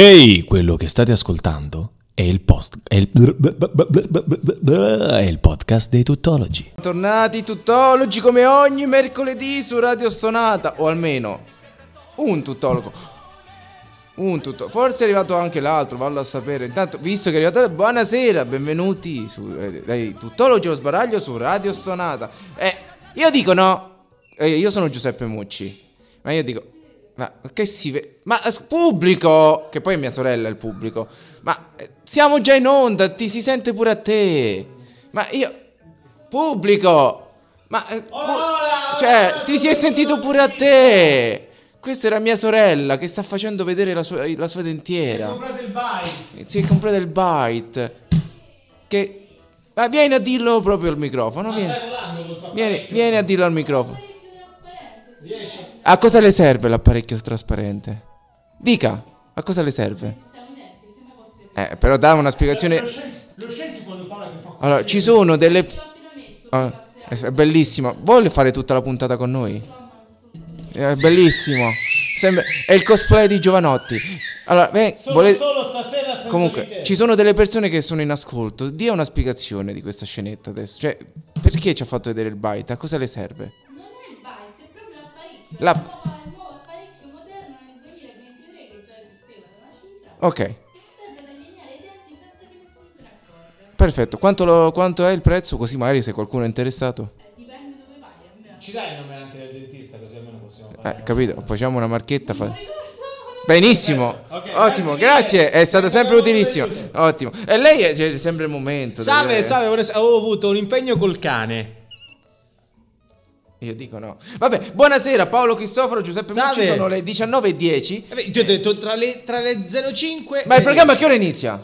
Ehi, quello che state ascoltando è il, post, è, il è il podcast dei tuttologi. Bentornati tuttologi come ogni mercoledì su Radio Stonata o almeno un tuttologo. Un tutto, forse è arrivato anche l'altro, vallo a sapere. Intanto, visto che è arrivato, buonasera, benvenuti su eh, dai Tuttologi lo sbaraglio su Radio Stonata. Eh, io dico no. Eh, io sono Giuseppe Mucci. Ma io dico ma che si vede? Ma eh, pubblico, che poi è mia sorella il pubblico. Ma eh, siamo già in onda, ti si sente pure a te. Ma io pubblico, ma eh, pu- cioè, ti si è sentito pure a te. Questa era mia sorella che sta facendo vedere la sua, la sua dentiera. comprate il bike. Si è comprata il bite. Che. Ah, vieni a dirlo proprio al microfono. Vieni, Stai volando col tuo vieni, apparecchio. vieni a dirlo al microfono. Riesci? A cosa le serve l'apparecchio trasparente? Dica, a cosa le serve? Eh, però dà una spiegazione. Lo senti- Lo senti quando parla che fa così? Allora, ci sono delle. Ah, è bellissimo. Vuole fare tutta la puntata con noi? È bellissimo. Sembra... È il cosplay di Giovanotti. Allora, beh, Sono vuole... solo stasera senza di Comunque, te. ci sono delle persone che sono in ascolto. Dia una spiegazione di questa scenetta adesso. Cioè, perché ci ha fatto vedere il bite? A cosa le serve? Non è il byte, è proprio l'apparecchio. La- Il, nuovo, il nuovo apparecchio moderno nel 2023 che già esisteva da una cifra. Ok, Che serve ad allineare i denti senza che nessuno se ne accorga. perfetto. Quanto, lo- quanto è il prezzo? Così magari se qualcuno è interessato. Eh, dipende dove vai, a me. Ci dai il nome anche del dentista così almeno possiamo parlare. Eh, capito? Facciamo una marchetta. fa- Ricordo- Benissimo, Ok, ottimo, grazie grazie, mille. è stato sempre Abbiamo utilissimo. avuto Ottimo. E lei è- c'è sempre il momento. Salve, delle- salve, buonasera. avevo avuto un impegno col cane. Io dico no. Vabbè, buonasera Paolo Cristoforo, Giuseppe Mucci, Salve. sono le 19.10. Eh beh, ti ho detto tra le, tra le 05 Ma e il le- programma a che ora inizia?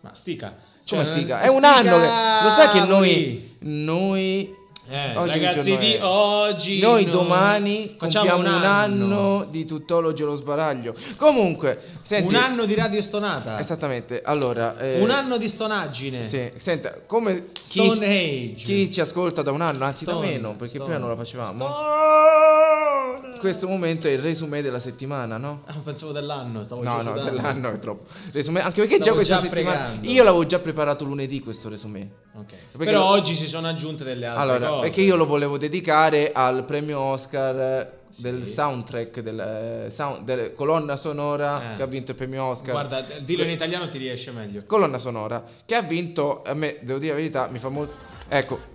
Ma stica. Cioè, Come non- stica? È un anno che... Lo sa che noi... Sticavoli. Noi... Eh, Oggi che ragazzi giorno di è? oggi Noi no. domani Facciamo compiamo un anno. di tuttologi allo sbaraglio. Comunque, senti... Un anno di radio stonata. Esattamente, allora... eh, Un anno di stonaggine. Sì, senta, come chi, Stone Age. chi ci ascolta da un anno, anzi da Stone, meno, perché Stone. prima non la facevamo. Ah, Stone. Questo momento è il resume della settimana, no? Ah, pensavo dell'anno, stavo No, già no, sudando. dell'anno è troppo. Resume, anche perché già Stavo questa già settimana pregando. io l'avevo già preparato lunedì questo resume. Ok. Perché Però lo- oggi si sono aggiunte delle altre Allora, cose. perché io lo volevo dedicare al premio Oscar eh, Sì. del soundtrack del, eh, sound- della colonna sonora Eh. che ha vinto il premio Oscar. Guarda, dillo in italiano ti riesce meglio. colonna sonora che ha vinto a me devo dire la verità mi fa molto ecco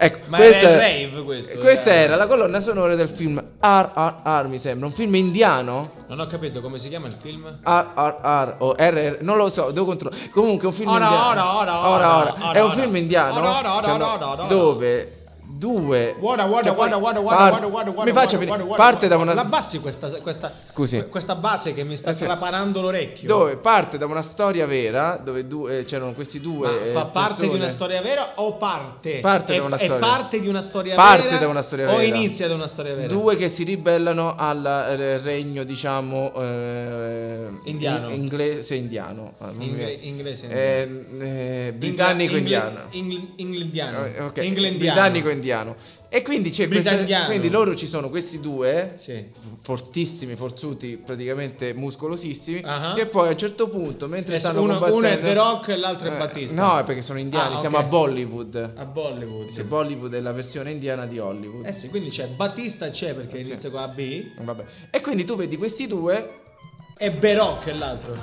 Ecco, Ma questa, era il rave questo, eh. questa era- era la colonna sonora del film RRR mi sembra, un film indiano Non ho capito come si chiama il film. RRR o RR, non lo so, devo controllare. Comunque è un film Ora, indiano. ora, ora, ora, ora, ora. ora, È un ora. film indiano Ora, ora, ora, cioè, ora, ora, ora. dove due Guarda, guarda, cioè, poi guarda, guarda, guarda, par- guarda, guarda, guarda, Mi faccia guarda, finire. guarda, parte da guarda. una La bassi questa, questa, Scusi. questa base che mi sta Eh sì. traparando l'orecchio. Dove parte da una storia vera, dove due- eh, c'erano questi due. Ma eh, fa parte di persone. una storia vera o parte? Parte è, da una è storia. parte di una storia Parte vera. da una storia O vera. inizia da una storia vera. Due che si ribellano al eh, regno, diciamo, eh, Indiano. in- inglese indiano. Ah, non mi Ingle- viene. inglese Eh, eh, britannico indiano. Inglendiano. Eh, ok, Inglendiano. Britannico indiano. E quindi c'è questa, Britanniano. quindi loro ci sono questi due Sì. fortissimi, forzuti, praticamente muscolosissimi, Ah. che poi a un certo punto mentre Eh, stanno uno- uno è combattendo Eh, The Rock e l'altro è Battista. No, è perché sono indiani, Ah, siamo ok. a Bollywood. A Bollywood. Se Bollywood è la versione indiana di Hollywood. Eh sì, quindi c'è Battista c'è perché Eh sì. inizia con AB Vabbè. E quindi tu vedi questi due e Beroc è l'altro.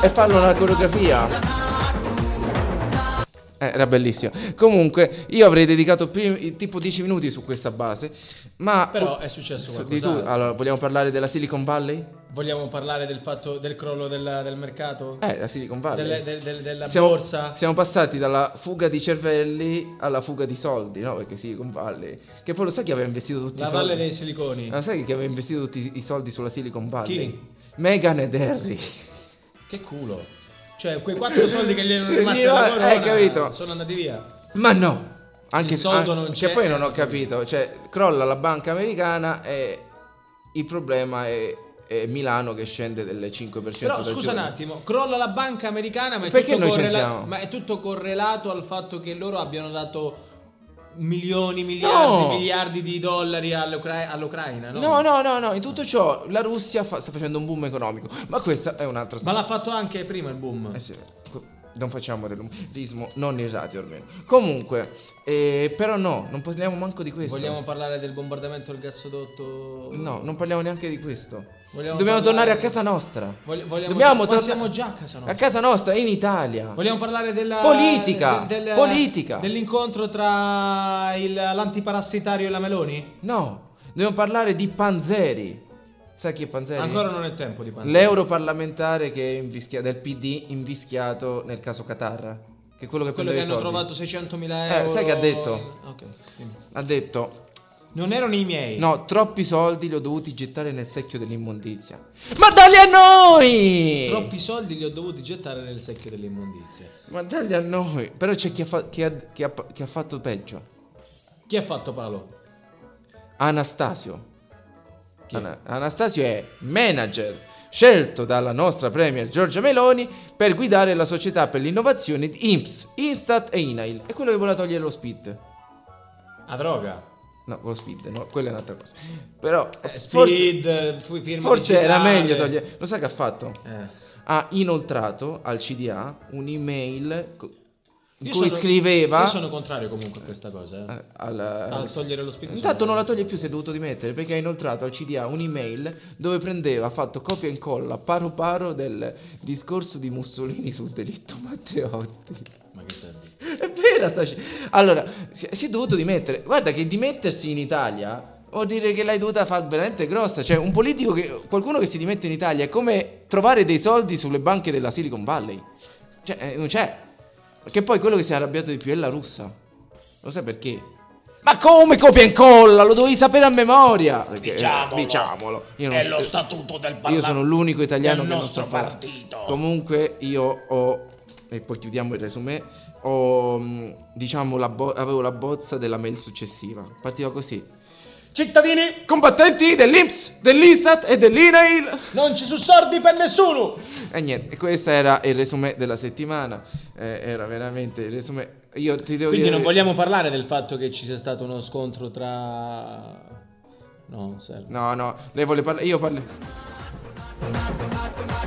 e fanno una coreografia. Eh, era bellissimo. Comunque, io avrei dedicato prim- tipo 10 minuti su questa base. Ma. Però è successo Su- di qualcosa. tu- Allora, vogliamo parlare della Silicon Valley? Vogliamo parlare del fatto del crollo della- del mercato? Eh, la Silicon Valley. Delle- del- del- della siamo, borsa? siamo passati dalla fuga di cervelli alla fuga di soldi, no? Perché Silicon Valley. Che poi lo sai chi aveva investito tutti i La soldi? valle dei siliconi. Ma sai che aveva investito tutti i soldi sulla Silicon Valley? Chi? Megan ed Harry. Che culo. Cioè, quei quattro soldi che gli erano Sì, rimasti gli- alla eh, corona capito. sono andati via. Ma no! Anche Il soldo an- non che c'è. poi non ho capito, cioè crolla la banca americana e il problema è, è Milano che scende delle 5% Però del scusa un giorno. attimo, crolla la banca americana, ma è, Perché tutto noi correla- c'entriamo? ma è tutto correlato al fatto che loro abbiano dato milioni, miliardi, No! miliardi di dollari all'Ucra- all'Ucraina, no? No, no, no, no, in tutto ciò la Russia fa- sta facendo un boom economico, ma questa è un'altra Ma storia. l'ha fatto anche prima il boom. Eh sì, co- non facciamo dell'umorismo, non in radio almeno. Comunque, eh, però no, non parliamo manco di questo. Vogliamo parlare del bombardamento del gasodotto? No, non parliamo neanche di questo. Vogliamo Dobbiamo parlare- tornare a casa nostra. Voglio- vogliamo- Dobbiamo ma torna- siamo già a casa nostra. A casa nostra, in Italia. Vogliamo parlare della Politica! de- del- Politica! Dell'incontro tra il- l'antiparassitario e la Meloni? No, dobbiamo parlare di Panzeri. Sai chi è Panzeri? Ancora non è tempo di parlare. L'europarlamentare che è invischia- del PD invischiato nel caso Qatar. Che è quello che Quello prendeva che i hanno soldi. trovato 600.000 Eh, euro. sai che ha detto? in- Ok. dimmi. Ha detto Non erano i miei. No, troppi soldi li ho dovuti gettare nel secchio dell'immondizia. Ma dagli a noi! Troppi soldi li ho dovuti gettare nel secchio delle immondizie. Ma dagli a noi. Però c'è chi ha, fa- chi ha- chi ha- chi ha fatto peggio. Chi ha fatto Paolo? Anastasio. Chi è? Ana- Anastasio è manager scelto dalla nostra premier Giorgia Meloni per guidare la società per l'innovazione di INPS, Instat e Inail. È quello che voleva togliere lo SPID. A droga. No, lo SPID, no, quella è un'altra cosa. Però Eh, forse, Speed, eh, fu- firma forse era digitale. meglio togliere. Lo sai che ha fatto? Eh. ha inoltrato al CDA un'email co- in Io cui sono- scriveva Io sono contrario comunque a questa cosa. eh. eh, alla- Al togliere lo spizzo. Intanto non la toglie più, si è dovuto dimettere perché ha inoltrato al CDA un'email dove prendeva, ha fatto copia e incolla paro paro del discorso di Mussolini sul delitto Matteotti. Ma che serve? È vera sta sci- Allora, si si è dovuto dimettere. Guarda che dimettersi in Italia vuol dire che l'hai dovuta fare veramente grossa. Cioè, un politico che. qualcuno che si dimette in Italia è come trovare dei soldi sulle banche della Silicon Valley. Cioè, eh, non c'è. Perché poi quello che si è arrabbiato di più è la russa. Lo sai perché? Ma come copia e incolla? Lo dovevi sapere a memoria. Perché, eh, Diciamolo. diciamolo. Io non è so- lo statuto del Parlamento. io sono l'unico italiano del che non nostro sta parlando. partito. Comunque io ho e poi chiudiamo il resumé. Ho mh, diciamo la bo- avevo la bozza della mail successiva. Partiva così. Cittadini, Combattenti dell'Inps, dell'Istat e dell'Inail. non ci sono sordi per nessuno. E niente, e questo era il resumé della settimana. Eh, era veramente il resumé. Io ti devo Quindi dire non vogliamo parlare del fatto che ci sia stato uno scontro tra... No, non serve. No, no, lei vuole parlare, io parlo.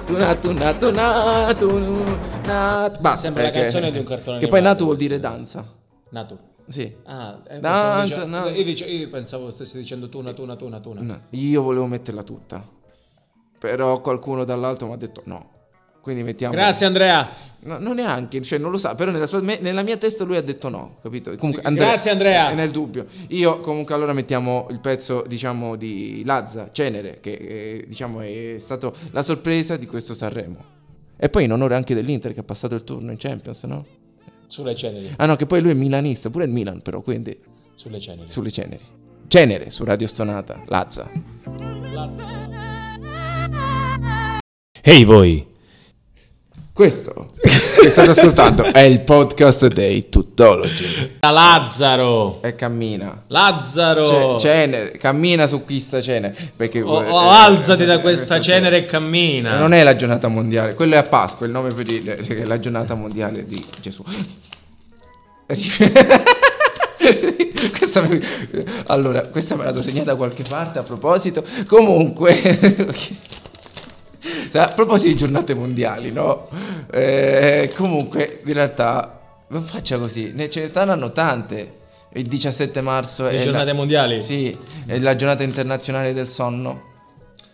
Tunat, tunat, tunat, tunat. Basta. Sembra la perché- canzone di un cartone Che poi animato. Natu vuol dire danza. Nato. Sì. Ah, eh, Danza, pensavo dice- no. io, dice- io pensavo stessi dicendo tuna, tuna, tuna, tuna. No, io volevo metterla tutta. Però qualcuno dall'alto mi ha detto no. Quindi mettiamo. Grazie Andrea. No, non neanche, cioè non lo sa, però nella, sua- me- nella mia testa lui ha detto no, capito? Comunque, Sì, grazie, Andrea. È nel dubbio. Io comunque allora mettiamo il pezzo, diciamo, di Lazza, Cenere, che eh, diciamo è stato la sorpresa di questo Sanremo. E poi in onore anche dell'Inter che ha passato il turno in Champions, no? Sulle ceneri. Ah no, che poi lui è milanista, pure il Milan però, quindi Sulle ceneri. sulle ceneri. Cenere su Radio Stonata, Lazza. Ehi voi! Questo che state ascoltando è il podcast dei tuttologi. Da Lazzaro. E cammina. Ce- Lazzaro. cenere, cammina su questa cenere. Perché, Oh. O, eh, o eh, alzati da eh, questa cenere e cammina. Non è la giornata mondiale, quello è a Pasqua, il nome per il, è la giornata mondiale di Gesù. Questa mi- allora, questa me la do segnata da qualche parte a proposito. Comunque... A proposito di giornate mondiali, no? Eh, comunque, in realtà, non faccia così, ne ce ne stanno tante. Il 17 marzo Le è giornate la, mondiali. sì, è la giornata internazionale del sonno.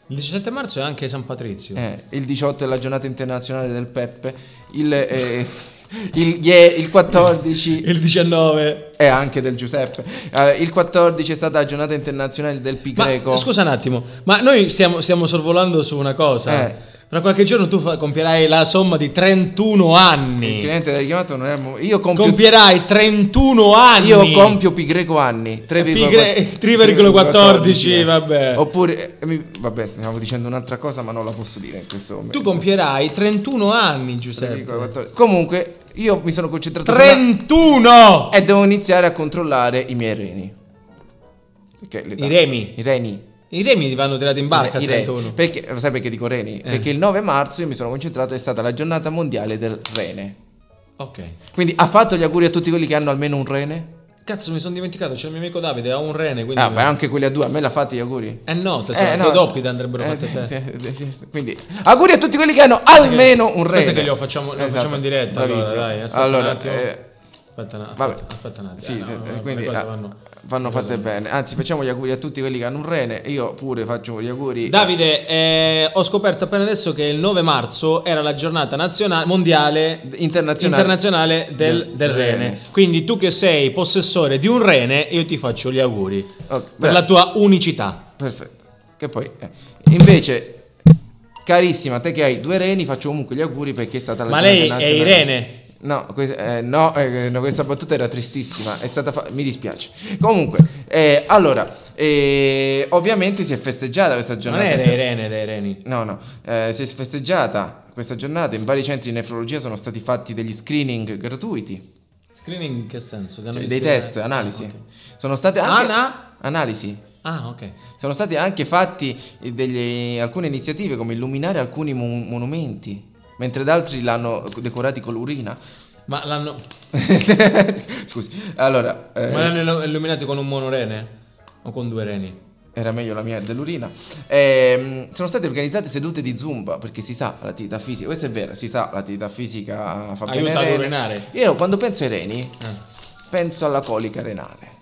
Il 17 marzo è anche San Patrizio. Eh, il 18 è la giornata internazionale del Peppe. Il, eh, il, ie- il 14 Il 19. è anche del Giuseppe. Eh, il 14 è stata la giornata internazionale del Pi Ma greco. scusa un attimo, ma noi stiamo, stiamo sorvolando su una cosa. Eh. Tra qualche giorno tu fa- compierai la somma di 31 il anni. cliente del chiamato non è. mo- Io compio, Compierai 31 anni. io compio Pi greco anni 3,4 Pi gre- 3,14, vabbè. eh. Oppure, eh, mi- vabbè, stiamo dicendo un'altra cosa, ma non la posso dire in questo momento. Tu compierai 31 anni, Giuseppe. 3,14. Comunque, io mi sono concentrato su una- 31! E devo iniziare a controllare i miei reni. Perché le I dà- remi? I reni. I remi ti vanno tirati in barca Eh. a Eh. I reni. 31. Perché, lo sai perché dico reni? Perché il 9 marzo io mi sono concentrato, è stata la giornata mondiale del rene. Ok. Quindi ha fatto gli auguri a tutti quelli che hanno almeno un rene? Cazzo, mi sono dimenticato. C'è il mio amico Davide, ha un rene. Quindi Ah, beh, anche quelli a due, a me la fate gli auguri. Eh no, tesoro, due doppi te andrebbero eh, fatte a te. sì, sì, sì. Quindi, auguri a tutti quelli che hanno almeno un Aspetta rene. che lo facciamo, lo Esatto, facciamo in diretta. Allora, bravissimo. dai, aspetta Allora, un attimo. eh, aspetta, un- vabbè. aspetta un attimo. Sì, Eh, se- no, eh, le quindi cose ah, vanno- vanno, le cose fatte vanno. bene. Anzi, facciamo gli auguri a tutti quelli che hanno un rene. Io pure faccio gli auguri. Davide, eh, ho scoperto appena adesso che il 9 marzo era la giornata nazionale, mondiale Internazionale. internazionale del, Del- del rene. rene. Quindi tu che sei possessore di un rene, io ti faccio gli auguri Ok, per beh. la tua unicità. Oh, Perfetto. Che poi, eh. invece, carissima, te che hai due reni, faccio comunque gli auguri perché è stata la Ma tua lei è internazionale. Irene. No, que- eh, no, eh, no, questa battuta era tristissima, è stata fa- mi dispiace. Comunque, eh, allora, eh, ovviamente si è festeggiata questa Non giornata. era Irene dei reni. No, no, eh, si è festeggiata questa giornata, in vari centri di nefrologia sono stati fatti degli screening gratuiti, Screening in che senso? Che hanno cioè visto dei i test, reni? analisi. Ah, ok. Sono state anche... Ana? Analisi. Ah, ok. Sono state anche fatte alcune iniziative come illuminare alcuni mon- monumenti, mentre ad altri l'hanno decorati con l'urina. Ma l'hanno, Scusi, allora, eh, ma l'hanno illuminato con un monorene? O con due reni? era meglio la mia dell'urina. Ehm, sono state organizzate sedute di zumba, perché si sa l'attività fisica, questo è vero, si sa l'attività fisica ah, fa bene. ai Aiuta ad reni. urinare. Io quando penso ai reni, Eh, penso alla colica renale.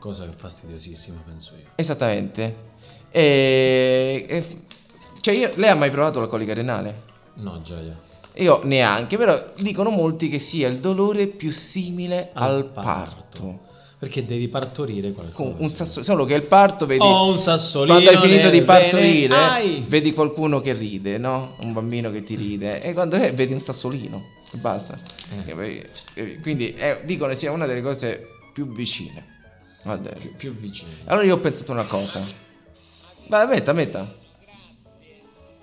cosa fastidiosissima, penso io. Esattamente. E, e- cioè io- lei ha mai provato la colica renale? No, gioia. Io neanche, però dicono molti che sia il dolore più simile al, parto. Perché devi partorire qualcosa. Con un sasso- solo che il parto, vedi, Oh, un sassolino quando hai finito di nel partorire, bene. Ai! vedi qualcuno che ride, no? Un bambino che ti ride, e quando è, vedi un sassolino e basta. Eh. E- e- Quindi eh, dicono sia una delle cose più vicine. Vabbè. Più, più vicino. Allora io ho pensato una cosa. Vai, metta, metta.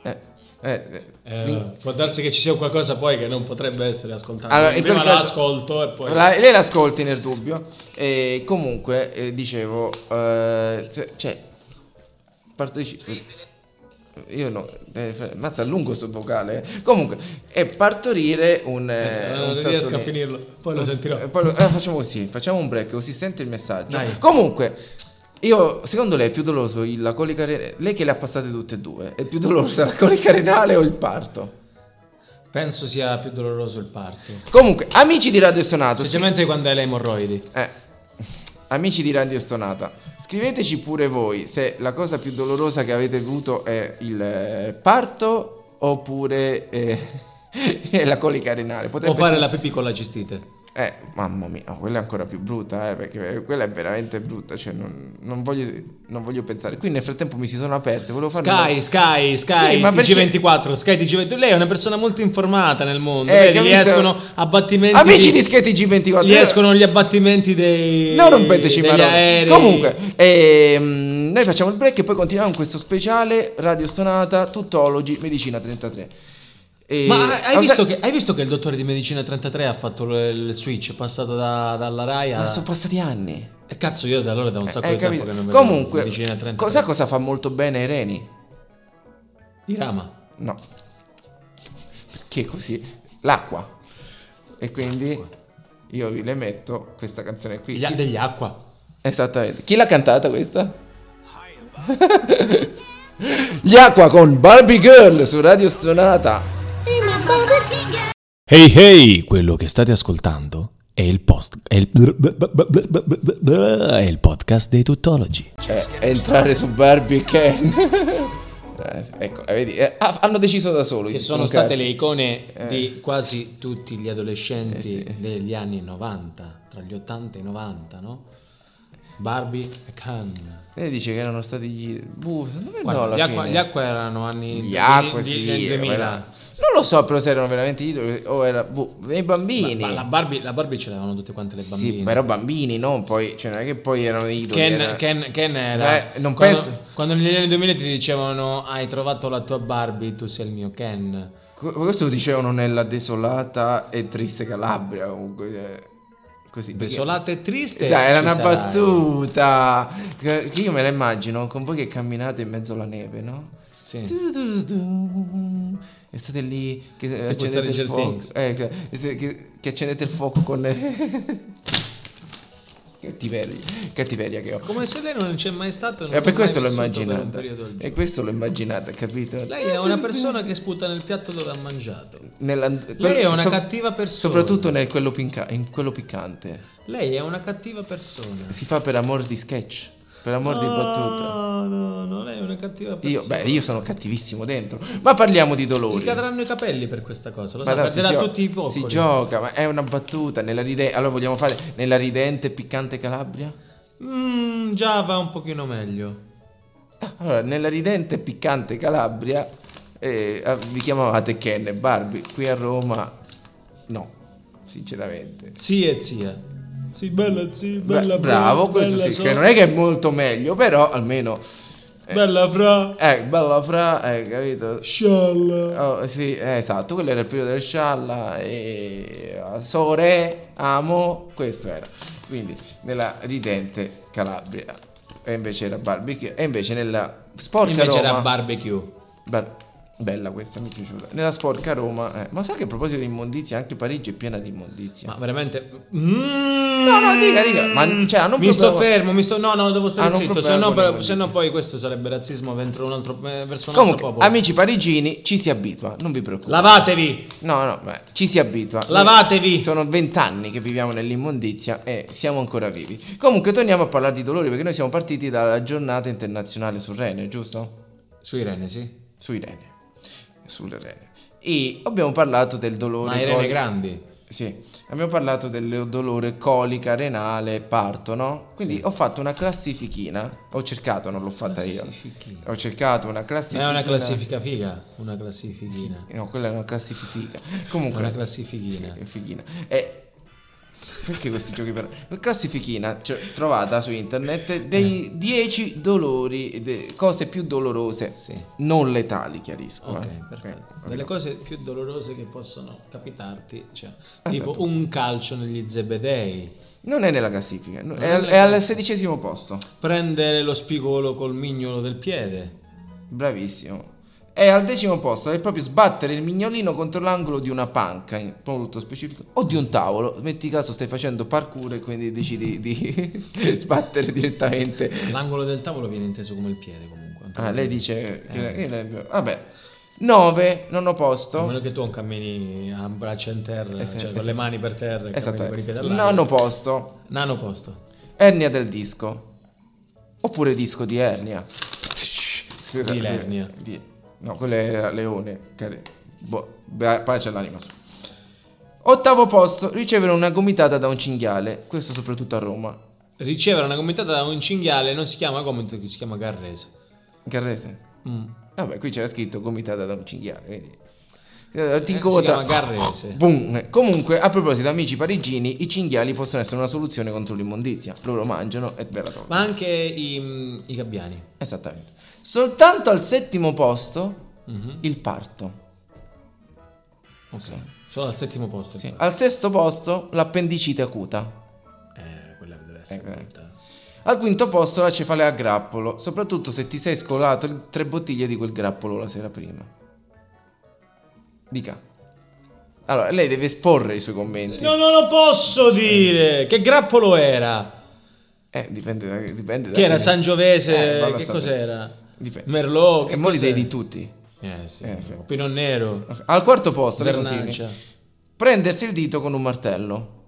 Eh, eh, eh. Eh, può darsi che ci sia qualcosa poi che non potrebbe essere ascoltato. Allora, in Prima quel caso- l'ascolto e poi... La- lei l'ascolti nel dubbio. E comunque, eh, dicevo, eh, se- cioè, partecipi. Io no, eh, fra- mazza è lungo sto vocale. eh. Comunque, è partorire un. eh, Eh, non un riesco a sassolino. finirlo, poi lo Un- sentirò. eh, poi lo- eh, facciamo così, facciamo un break così sente il messaggio. Dai. Comunque, io, secondo lei è più doloroso il- la colica renale? Lei che le ha passate tutte e due, è più dolorosa la colica renale o il parto? Penso sia più doloroso il parto. Comunque, amici di Radio Sonato, Specialmente quando hai le emorroidi. Eh, amici di Radio Stonata, scriveteci pure voi se la cosa più dolorosa che avete avuto è il eh, parto oppure eh, è la colica renale. O Potrebbe fare essere- la pipì con la gestite. Eh, mamma mia, oh, quella è ancora più brutta, eh, perché quella è veramente brutta, cioè non, non voglio, non voglio pensare. Qui nel frattempo mi si sono aperte, volevo fare... una- Sky, Sky, Sky, Sì, ma perché- TG24, Sky TG24. Lei è una persona molto informata nel mondo. Eh, Vedi, gli capito? escono abbattimenti. Amici di Skate G24, Gli escono gli abbattimenti dei. No, rompeteci i degli maroni. aerei. Comunque, ehm, noi facciamo il break e poi continuiamo con questo speciale Radio Stonata Tuttologi Medicina 33. E- Ma hai Ah, visto, sai- che, hai visto che il dottore di medicina 33 ha fatto l- il switch? È passato da- dalla Rai a. Ma sono passati anni. Eh, Cazzo, io da allora da un sacco Eh, di tempo capito? che non vedo Comunque, medicina 33. cosa, cosa fa molto bene ai reni? I rama. No. Perché così? L'acqua. E quindi io vi le metto questa canzone qui. Gli- degli acqua. Esattamente. Chi l'ha cantata questa? Gli acqua con Barbie Girl su Radio Stonata. Hey hey, quello che state ascoltando è il post è il, è il podcast dei tuttologi. Eh, entrare su Barbie Ken. Eh, ecco, eh, vedi, eh, ah, hanno deciso da solo. Che sono state le lì. icone Eh. di quasi tutti gli adolescenti Eh sì. degli anni 90, tra gli 80 e i 90, no? Barbie e Khan. Lei dice che erano stati gli... Buh, secondo me Guarda, no, Eh, alla gli, acqua, fine. gli acqua erano anni Gli du- acqua, di- sì, del eh, 2000. guarda. Non lo so però se erano veramente gli idoli o era... Buh, i bambini. Ma- ma la, Barbie, la Barbie ce l'avevano tutte quante le bambine. Sì, però bambini, non poi... Cioè, non è che poi erano idoli. Ken, era- Ken- Ken era. Eh, non quando, penso- quando negli anni 2000 ti dicevano: Hai trovato la tua Barbie, tu sei il mio Ken. Que- Questo lo dicevano nella desolata e triste Calabria. Comunque, eh, così. Desolata e triste. Perché- Dai, era ci una sarai. battuta. Che che io me la immagino con voi che camminate in mezzo alla neve, no? Sì. Tu-du-du-du-du. E state lì che eh, accendete Tipo il Stranger fuoco. Things. Eh, che, che- che accendete il fuoco con. Cattiveria, cattiveria che ho. Come se lei non c'è mai stato. non E è Eh, per mai questo l'ho vissuto per un immaginata. periodo al E giorno. questo l'ho immaginata, capito? Lei è una persona che sputa nel piatto dove ha mangiato. Nella- Lei è quel- una so- cattiva persona. Soprattutto nel quello pinca- in quello piccante. Lei è una cattiva persona. Si fa per amor di sketch, per amor di battuta. No, no, no, lei è una cattiva persona. Io, beh, io sono cattivissimo dentro. Ma parliamo di Gli dolori. cadranno i capelli per questa cosa, lo Ma so, dai, si, perderà gio- tutti i popoli. si gioca, ma è una battuta. Nella ride- allora vogliamo fare nella ridente e piccante Calabria? Mm, già va un pochino meglio. Ah, Allora, nella ridente e piccante Calabria eh, ah, vi chiamavate Ken e Barbie. Qui a Roma, no, sinceramente. Sì e zia. Sì, bella zia, Bra- bella bravo, questo bella sì, so- che non è che è molto meglio, però almeno... eh, Bella fra, Eh, bella fra, eh, capito? scialla. Oh, sì, eh, esatto, quello era il periodo del scialla e sore, amo, questo era. Quindi nella ridente Calabria. E invece era barbecue. E invece nella sporca Invece Roma. era barbecue. Bar- bella questa, mi è piaciuta. Nella sporca Roma. eh, Ma sai che a proposito di immondizia, anche Parigi è piena di immondizia. Ma veramente... mm, No, no, dica, dica. Ma cioè, Ah, hanno un mi sto problema- fermo, mi sto... No, no, devo Hanno stare un zitto, problema se no, con le però- condizioni. se no poi questo sarebbe razzismo dentro un altro, eh, verso un altro Comunque, popolo. amici parigini, ci si abitua, non vi preoccupate. Lavatevi! No, no, beh, ci si abitua. Lavatevi! Sono vent'anni che viviamo nell'immondizia e siamo ancora vivi. Comunque, torniamo a parlare di dolori perché noi siamo partiti dalla giornata internazirale sul rene, giusto? Su Irene, sì. Sui rene. Sulle rene. E abbiamo parlato del dolore. Ma Irene coli- Grandi. Sì, abbiamo parlato del dolore colica, renale, parto, no? Quindi ho fatto una classifichina. Ho cercato, non l'ho fatta Classifichina. io. Ho cercato una Ma classifichina. Ah, è una classifica figa, una classifichina. No, quella è una classifica. Comunque. Una classifichina. Sì, fighina. E perché questi giochi per una classifichina cioè, trovata su internet Eh. dei 10 dolori, de- cose più dolorose, Sì. non letali, chiarisco. eh. Ok, perfetto. Ok, Delle ok. cose più dolorose che possono capitarti, cioè, Eh, certo. tipo un calcio negli zebedei, Non è nella classifica, no, Non è, è al- nella è al classifica. sedicesimo posto. prendere lo spigolo col mignolo del piede, Bravissimo. È al decimo posto, è proprio sbattere il mignolino contro l'angolo di una panca, in molto specifico, o di un tavolo. Metti caso stai facendo parkour e quindi decidi di sbattere direttamente l'angolo del tavolo viene inteso come il piede comunque. Ah, lei dice che Eh. che lei- vabbè. 9, nono A posto. meno che tu non cammini a braccia in terra, Esatto, cioè con esatto. le mani per terra e cammini con i piedi Esatto. all'aria. Nono posto. Nano posto. Ernia del disco. Oppure disco di ernia. Scusa. eh, Di l'ernia. di- No, quello era leone. Care... Boh, bra- pace all'anima sua. Ottavo posto, ricevere una gomitata da un cinghiale, questo soprattutto a Roma. Ricevere una commentata da un cinghiale non si chiama gomito, si chiama carrese. Carrese. Mm. Vabbè, qui c'era scritto gomitata da un cinghiale, quindi... Eh, Ti Eh, si incotra- chiama Garrese. Boom. Comunque, a proposito, amici parigini, i cinghiali possono essere una soluzione contro l'immondizia. Loro mangiano e bella cosa. Ma anche i, i gabbiani. Esattamente. Soltanto al settimo posto Mhm. il parto. Ok. Solo al settimo posto. Sì. però. Al sesto posto l'appendicite acuta. Eh, quella deve Ecco. essere brutta. Al quinto posto la cefalea a grappolo, soprattutto se ti sei scolato il- tre bottiglie di quel grappolo la sera prima. Dica. Allora, lei deve esporre i suoi commenti. No, non lo posso dire. Che grappolo era? Eh, dipende da... Dipende da Che era chi- Eh, Sangiovese? vallo a che sapere. cos'era? Dipende. Merlot? Che e mo li cos'era? dei di tutti. Eh sì. Eh, sì. Pino Nero. Ok, Al quarto posto, lei Vernaccia. continui. Prendersi il dito con un martello.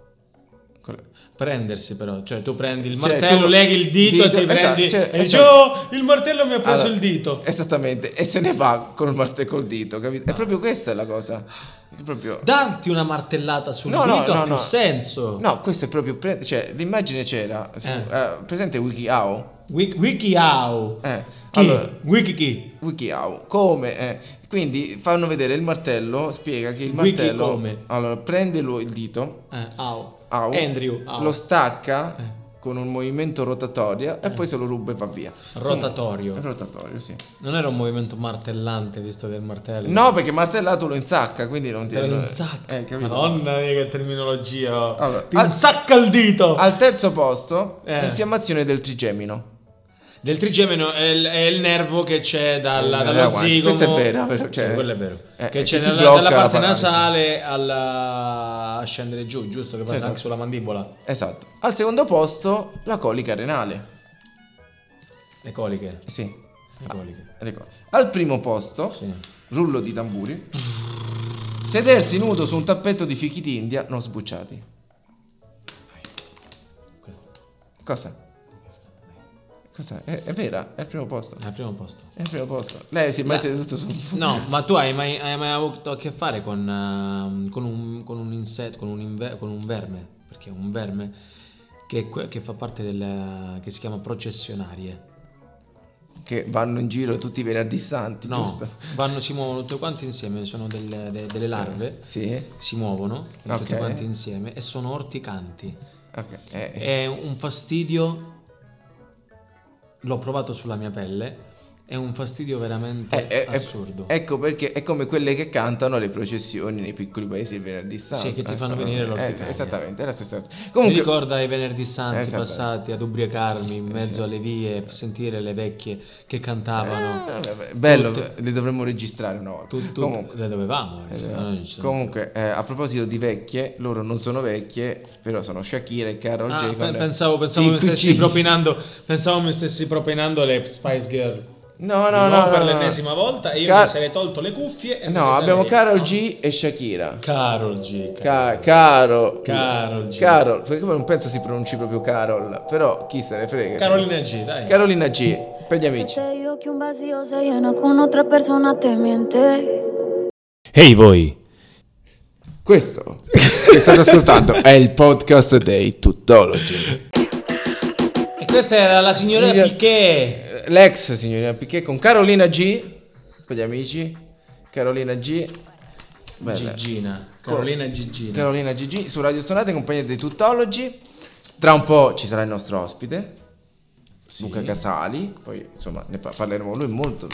Quello- Prendersi però, cioè tu prendi il Cioè, martello, tu- leghi il dito, dito, ti esatto, prendi cioè, e dici esatto. "Oh, il martello mi ha preso Allora, eh, il dito. Esattamente, e se ne va col martello col dito, capito? È proprio questa la cosa. È proprio... Darti una martellata sul No, no, dito no, ha più no. senso. No, questo è proprio... pre- Cioè, l'immagine c'era... su- Eh. eh, presente WikiHow? Wiki, WikiHow. Eh, Chi? allora... Wiki chi? WikiHow, come? eh, Quindi fanno vedere il martello, spiega che il Wiki martello... come? Allora, prende lo- il dito, Eh, Au. Au, Andrew. Au. lo stacca Eh. con un movimento rotatorio e poi se lo ruba e va via. Rotatorio. Mm. Rotatorio, sì. Non era un movimento martellante, visto che il martello. No, perché martellato lo insacca, quindi non ti Te lo insacca. Eh, capito? Madonna mia, che terminologia. Allora, Ti al- insacca il dito. Al terzo posto, Eh. infiammazione del trigemino. Del trigemino è il, è il nervo che c'è dalla, Eh, dallo guarda, zigomo. questa è vera, però, cioè- Sì, quello è vero. Eh, che che c'è ti dalla, blocca dalla la parte paralisi. nasale alla, a scendere giù, giusto? Che passa esatto. anche sulla mandibola. Esatto. Al secondo posto la colica renale. Le coliche. Eh Sì. Le coliche. Ecco. Al primo posto, Sì. rullo di tamburi. Sedersi nudo su un tappeto di fichi d'India non sbucciati. Questa. Cosa? Cosa? È, è vera? È al primo posto. Al primo posto. È al primo posto. Lei si è mai Beh. seduto su un... No, ma tu hai mai, hai mai avuto a che fare con, ehm, con un, con un insetto, con un, inve- con un verme? Perché è un verme che, è que- che fa parte del. che si chiama processionarie. Che vanno in giro tutti i venerdì santi, No, giusto? vanno, si muovono tutti quanti insieme, sono delle, de- delle larve, Sì. si muovono tutti Ok. quanti insieme e sono orticanti. Ok. Eh, eh. È un fastidio, l'ho provato sulla mia pelle, è un fastidio veramente Eh, eh, eh, assurdo. ecco perché è come quelle che cantano le processioni nei piccoli paesi il venerdì santo. che ti eh, fanno sono- venire eh, l'orticaria. esattamente, è la stessa cosa. Mi Comunque, ricorda i venerdì santi Esatto. passati ad ubriacarmi in Eh, mezzo sì. alle vie, sentire le vecchie che eh, cantavano. vabbè, bello, Tutte- li dovremmo registrare una volta. Tu, tu- Eh, Comunque, da dovevamo? eh, giusto? Noi ci siamo. comunque, eh, a proposito di vecchie, loro non sono vecchie, però sono Shakira e Carol Ah, J. pe- con- pensavo, pensavo mi Pink stessi G. propinando, pensavo mi stessi propinando le Spice Girl. No, Di no, nuovo no. per no, no. l'ennesima volta e io Car- mi sarei tolto le cuffie. E me ne No, abbiamo sarei- Carol no. G e Shakira. Carol G. Ca- caro Carol G. Carol, perché poi non penso si pronunci proprio Carol, però chi se ne frega. Carolina G, dai. Carolina G, per gli Que amici. te digo que un vacío se llena con otra persona te miente. Ehi voi! Questo che state ascoltando è il podcast dei Tutology. e questa era la signora Signora- Piquet. Eh, L'ex signorina Piquet con Carolina G, per gli amici. Carolina G. Bella. Gigina. Carolina Gigina. Carolina GG su Radio Sonata in compagnia dei Tutology. Tra un po' ci sarà il nostro ospite, Luca Casali, poi insomma ne pa- parleremo con lui, molto,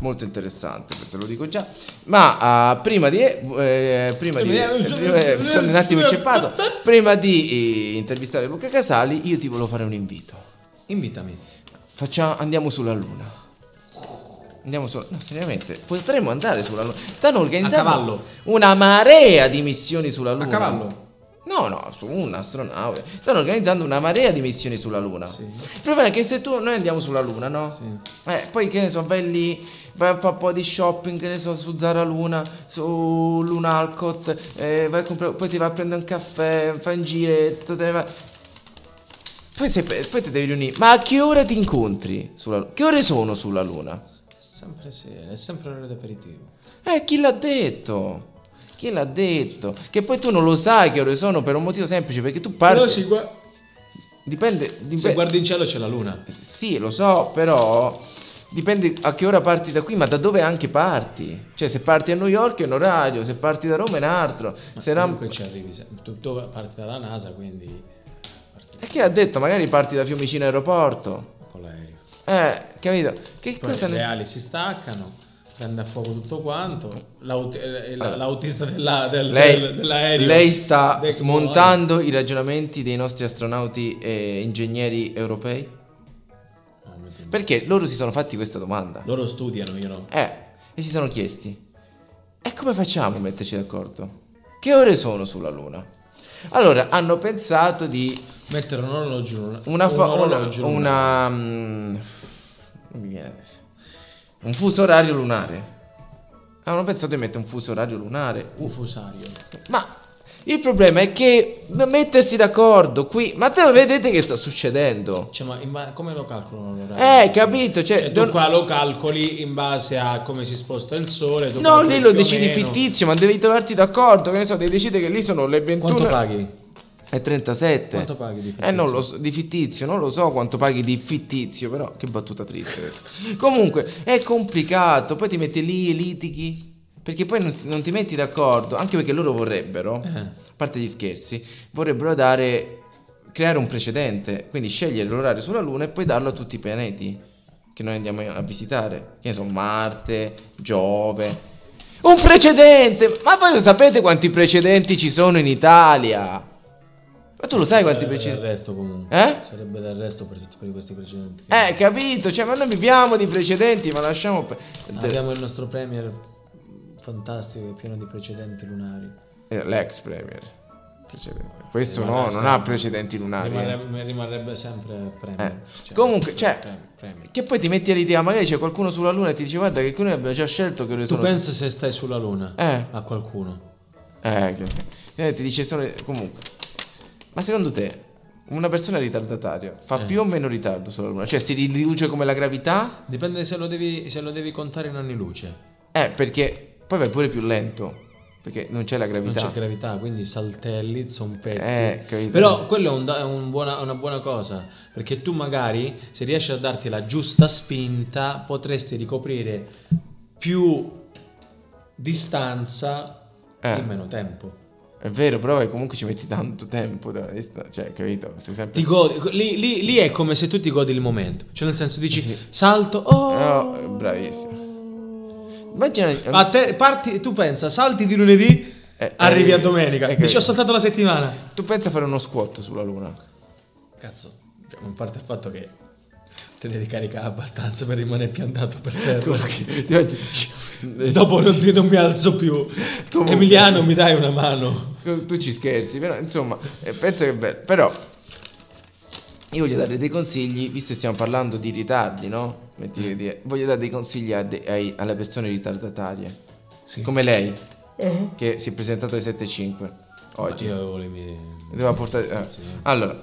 molto interessante, te lo dico già. Ma ah, prima di... eh, prima di... eh, prima- eh, sono un attimo inceppato. Prima di eh, intervistare Luca Casali, io ti volevo fare un invito. Invitami. Facciamo, andiamo sulla Luna. Andiamo sulla... No, seriamente, potremmo andare sulla Luna. Stanno organizzando cavallo. una marea di missioni sulla Luna. A cavallo. No, no, su un'astronave. Stanno organizzando una marea di missioni sulla Luna. Sì. Il problema è che se tu noi andiamo sulla Luna, no? Eh, poi che ne so, vai lì, vai a fare un po' di shopping, che ne so, su Zara Luna, su Lunalcot, eh, vai a comprare- poi ti vai a prendere un caffè, fai un giretto, te ne vai. Poi, se- poi ti devi riunire. Ma a che ora ti incontri sulla Luna? Che ore sono sulla Luna? È sempre sera, è sempre ora d'aperitivo. Eh, chi l'ha detto? Chi l'ha detto? Che poi tu non lo sai che ore sono per un motivo semplice, perché tu parti... Però se, gua- Dipende... se dipende guardi in cielo c'è la luna. Sì, lo so, però dipende a che ora parti da qui, ma da dove anche parti. Cioè, se parti a New York è un orario, se parti da Roma è un altro. Ma Se ram- comunque ci arrivi sempre. Tu, tu parti dalla NASA, quindi parti E chi l'ha detto? Magari parti da Fiumicino aeroporto. con l'aereo. Eh, capito? Che Poi cosa le ne... ali si staccano, prende a fuoco tutto quanto. l'aut- eh, la- l'autista della- del- del- dell'aereo. lei sta Deck smontando i ragionamenti dei nostri astronauti e ingegneri europei? muore. No, mi dico. Perché loro si sono fatti questa domanda. Loro studiano, io no. Eh, e si sono chiesti: e come facciamo a metterci d'accordo? Che ore sono sulla Luna? Allora hanno pensato di Mettere un orologio in una, una. un fa- orologio una. in una- una, mm, non mi viene adesso. Un fuso orario lunare. Hanno pensato di mettere un fuso orario lunare. un fusario. Ma il problema è che mettersi d'accordo qui. Ma te vedete che sta succedendo? Cioè, ma, in ba- come lo calcolano l'orario? Eh, capito? Cioè, Cioè, tu don- qua lo calcoli in base a come si sposta il sole. tu No, calcoli lì lo più o decidi meno. fittizio, ma devi trovarti d'accordo. Che ne so, devi decidere che lì sono le 21. Quanto paghi? È 37. Quanto paghi di Eh, non fittizio? lo so, di fittizio, non lo so quanto paghi di fittizio, però che battuta triste. Comunque, è complicato, poi ti metti lì e litighi, perché poi non, si- non ti metti d'accordo, anche perché loro vorrebbero, Eh. a parte gli scherzi, vorrebbero dare, creare un precedente, quindi scegliere l'orario sulla Luna e poi darlo a tutti i pianeti che noi andiamo a visitare, che ne so, Marte, Giove. Un precedente! Ma voi sapete quanti precedenti ci sono in Italia? Ma tu lo sai quanti Sarebbe precedenti? d'arresto comunque. Eh? Sarebbe d'arresto per tutti questi precedenti. Eh, capito? Cioè, ma noi viviamo di precedenti, ma lasciamo. pe- Abbiamo il nostro premier fantastico, pieno di precedenti lunari. Eh, L'ex premier. Precedente. Questo Rimarrà no, non sempre- ha precedenti lunari. eh. Rimarrebbe, rimarrebbe sempre premier. Eh. Comunque, cioè, pre- premier. Che poi ti metti all'idea, magari c'è qualcuno sulla luna e ti dice guarda che qui noi abbiamo già scelto che noi Tu sono... pensa se stai sulla luna Eh. a qualcuno. Eh, che- eh, ti dice sono... Comunque. Ma secondo te una persona ritardataria fa Eh. più o meno ritardo sulla luna? Cioè si riduce come la gravità? Dipende se lo devi, se lo devi contare in anni luce. Eh, perché poi vai pure più lento. Perché non c'è la Non gravità. c'è gravità, quindi saltelli, zompetti. Eh, capito. Però quello è, un da- è un buona- una buona cosa, perché tu magari, se riesci a darti la giusta spinta, potresti ricoprire più distanza Eh. in meno tempo. È vero, però eh, comunque ci metti tanto tempo dalla lista. Cioè, capito? Stai sempre... Ti godi- lì, lì- lì è come se tu ti godi il momento. Cioè, nel senso, dici Sì. salto, oh, No, eh, bravissimo. Immagina... A te- parti- tu pensa, salti di lunedì, Eh, arrivi eh, a domenica. eh, Dici, capito. ho saltato la settimana. Tu pensa a fare uno squat sulla luna? Cazzo, cioè, a parte il fatto che te devi caricare abbastanza per rimanere piantato per terra. Ti faccio- Dopo non, ti- non mi alzo più. Comunque. Emiliano, mi dai una mano. Tu ci scherzi, però insomma, eh, penso che è bello. Però io voglio dare dei consigli, visto che stiamo parlando di ritardi, no? Metti che dire- voglio dare dei consigli a de- ai- alle persone ritardatarie. Come lei, che si è presentato alle 7.05 oggi. Io avevo le mie... Doveva portare... eh. Sì. Allora,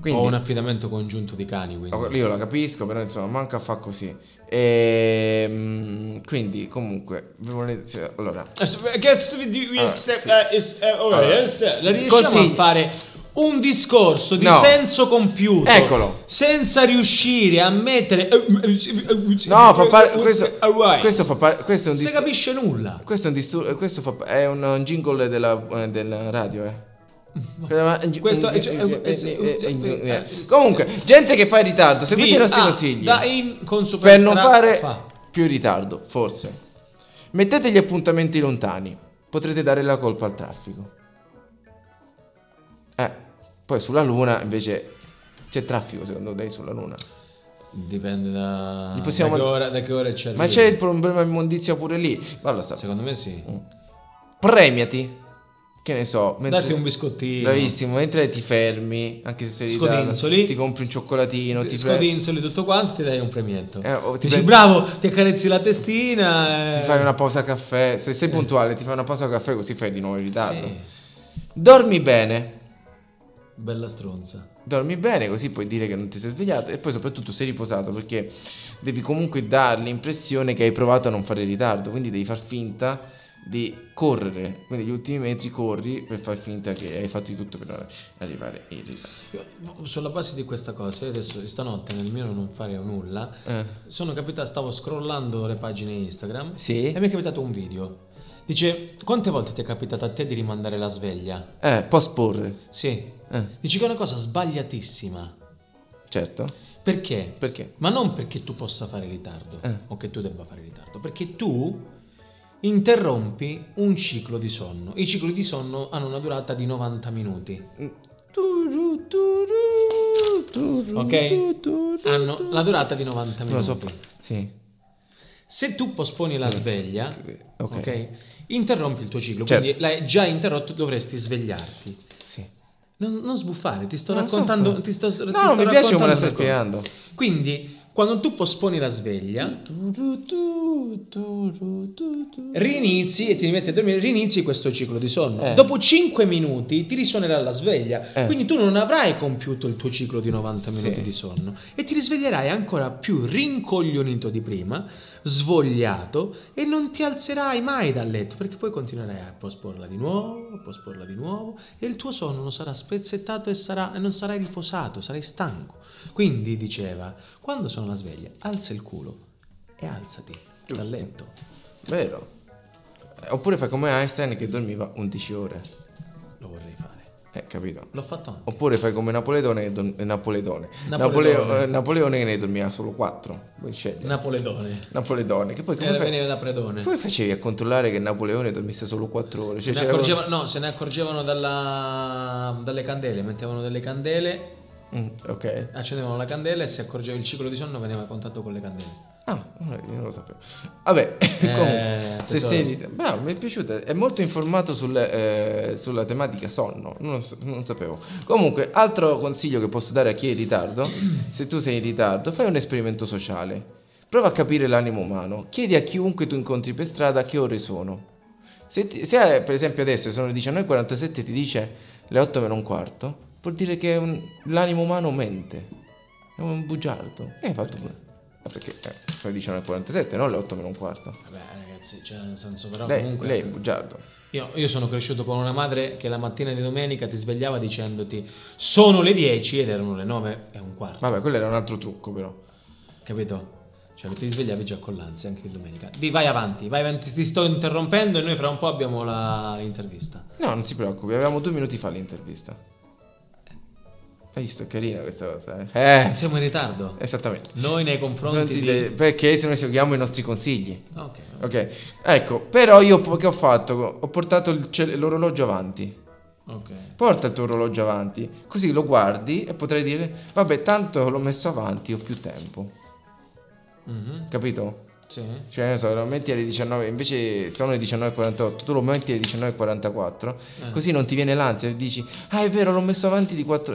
quindi... Ho un affidamento congiunto di cani, quindi. Ho- Io la capisco, però insomma, manca fa così. Ehm, quindi, comunque, vi vole- se- allora, Eh, Che s- di- di- Ah, step- sì. eh, is- eh, ora, Allora. eh, step- La riusciamo Consigli. a fare un discorso di No. senso compiuto. Eccolo. Senza riuscire a mettere... no, fa parte. Questo, Alright. questo fa parte. Questo è Non un si disturbo. capisce nulla. Questo è un disturbo. Questo fa, pa- è un, un jingle della, eh, della radio, eh. Questo è- eh. Comunque, gente che fa in ritardo, seguite Cioè, i nostri Di- ah, consigli. da in- con super- per non tra- fare fa. più ritardo, forse. Mettete gli appuntamenti lontani, potrete dare la colpa al traffico. Eh, poi sulla Luna invece c'è traffico secondo lei sulla Luna. Dipende da, Li possiamo- da, che ora, da che ora ci Ma arrivi. c'è il problema immondizia pure lì. Guarda, sta. Secondo me sì. Premiati. Che ne so, mentre- Datti un biscottino. Bravissimo, mentre ti fermi, anche se sei Scodinzoli. ritardo, ti compri un cioccolatino, ti, Ti pre- scodinzoli tutto quanto ti dai un premietto. Eh, o ti Dici prendi- bravo, ti accarezzi la testina. ti eh. fai una pausa caffè, se sei puntuale ti fai una pausa caffè così fai di nuovo in ritardo. Sì, Dormi bene. bella stronza. Dormi bene, così puoi dire che non ti sei svegliato e poi soprattutto sei riposato perché devi comunque dare l'impressione che hai provato a non fare ritardo, quindi devi far finta di correre, quindi gli ultimi metri corri per far finta che hai fatto di tutto per arrivare in ritardo. Io, Sulla base di questa cosa, io adesso stanotte nel mio non fare nulla, Eh. sono capitato, stavo scrollando le pagine Instagram Sì? e mi è capitato un video. Dice, quante volte ti è capitato a te di rimandare la sveglia? Eh, posporre. Sì. Eh, Dice che è una cosa sbagliatissima. certo. Perché? Perché? Ma non perché tu possa fare ritardo Eh. o che tu debba fare ritardo, perché tu interrompi un ciclo di sonno. I cicli di sonno hanno una durata di 90 minuti, Turu, turu, turu, ok? turu, turu. Hanno la durata di 90 Non lo so. minuti. Sì. Se tu posponi la sveglia, Ok. ok? Interrompi il tuo ciclo, Certo. quindi l'hai già interrotto, dovresti svegliarti. Sì. Non, non sbuffare, ti sto Non lo so raccontando. fare. ti sto, ti No, sto mi piace come la raccontando stai una cosa. spiegando. Quindi, quando tu posponi la sveglia, Turu, turu, turu, turu. Rinizi e ti rimetti a dormire, rinizi questo ciclo di sonno. Eh. Dopo 5 minuti ti risuonerà la sveglia, Eh. quindi tu non avrai compiuto il tuo ciclo di 90 Sì. minuti di sonno e ti risveglierai ancora più rincoglionito di prima, svogliato e non ti alzerai mai dal letto perché poi continuerai a posporla di nuovo, a posporla di nuovo e il tuo sonno sarà spezzettato e, sarà- e non sarai riposato, sarai stanco. Quindi diceva, quando sono la sveglia, alza il culo e alzati dal Giusto. letto. Vero. Eh, Oppure fai come Einstein che dormiva 11 ore. Lo vorrei fare. Eh, capito? L'ho fatto anche. Oppure fai come Napoleone e dorm- eh, Napoleone. Napoleone. Napoleo- eh, Napoleone che ne dormiva solo 4. Puoi scegliere. Napoledone. Napoleone, che poi come Era fai- Eh, veniva da Predone. Come facevi a controllare che Napoleone dormisse solo 4 ore? Se Cioè, ne, c'era- accorgeva- no, se ne accorgevano dalla- dalle candele, mettevano delle candele, Mm, ok. accendevano la candela e si accorgeva il ciclo di sonno veniva a contatto con le candele. Ah, io non lo sapevo. Vabbè, comunque, se tesoro. sei... Bravo, mi è piaciuta. È molto informato sul, eh, sulla tematica sonno. Non, lo s- non sapevo. Comunque, altro consiglio che posso dare a chi è in ritardo: se tu sei in ritardo, fai un esperimento sociale. Prova a capire l'animo umano. Chiedi a chiunque tu incontri per strada che ore sono. Se, ti- se, eh, per esempio adesso sono le 19.47 ti dice le 8 meno un quarto, vuol dire che è un- l'animo umano mente. È un bugiardo. E hai fatto bene. Ah, perché eh, sono le 19.47, non le 8 meno un quarto. Vabbè ragazzi, cioè nel senso però lei, comunque... lei è un bugiardo. Io, io sono cresciuto con una madre che la mattina di domenica ti svegliava dicendoti sono le 10 ed erano le 9 e un quarto, Vabbè, quello era un altro trucco però. capito? Cioè ti svegliavi già con l'ansia anche di domenica. Di vai avanti, vai avanti, ti sto interrompendo e noi fra un po' abbiamo la- l'intervista. No, non si preoccupi, avevamo due minuti fa l'intervista. Hai visto, è carina questa cosa. eh? Eh, Siamo in ritardo. esattamente. Noi nei confronti di... Pronti- Perché se noi seguiamo i nostri consigli. Ok. Ok, ecco, però io po- che ho fatto? Ho portato il cel- l'orologio avanti. Ok. Porta il tuo orologio avanti, così lo guardi e potrai dire, vabbè, tanto l'ho messo avanti, ho più tempo. Mhm. Capito? Sì. Cioè, non so, lo metti alle 19, invece sono le 19.48, tu lo metti alle 19.44, Eh. così non ti viene l'ansia e dici, ah è vero, l'ho messo avanti di 4...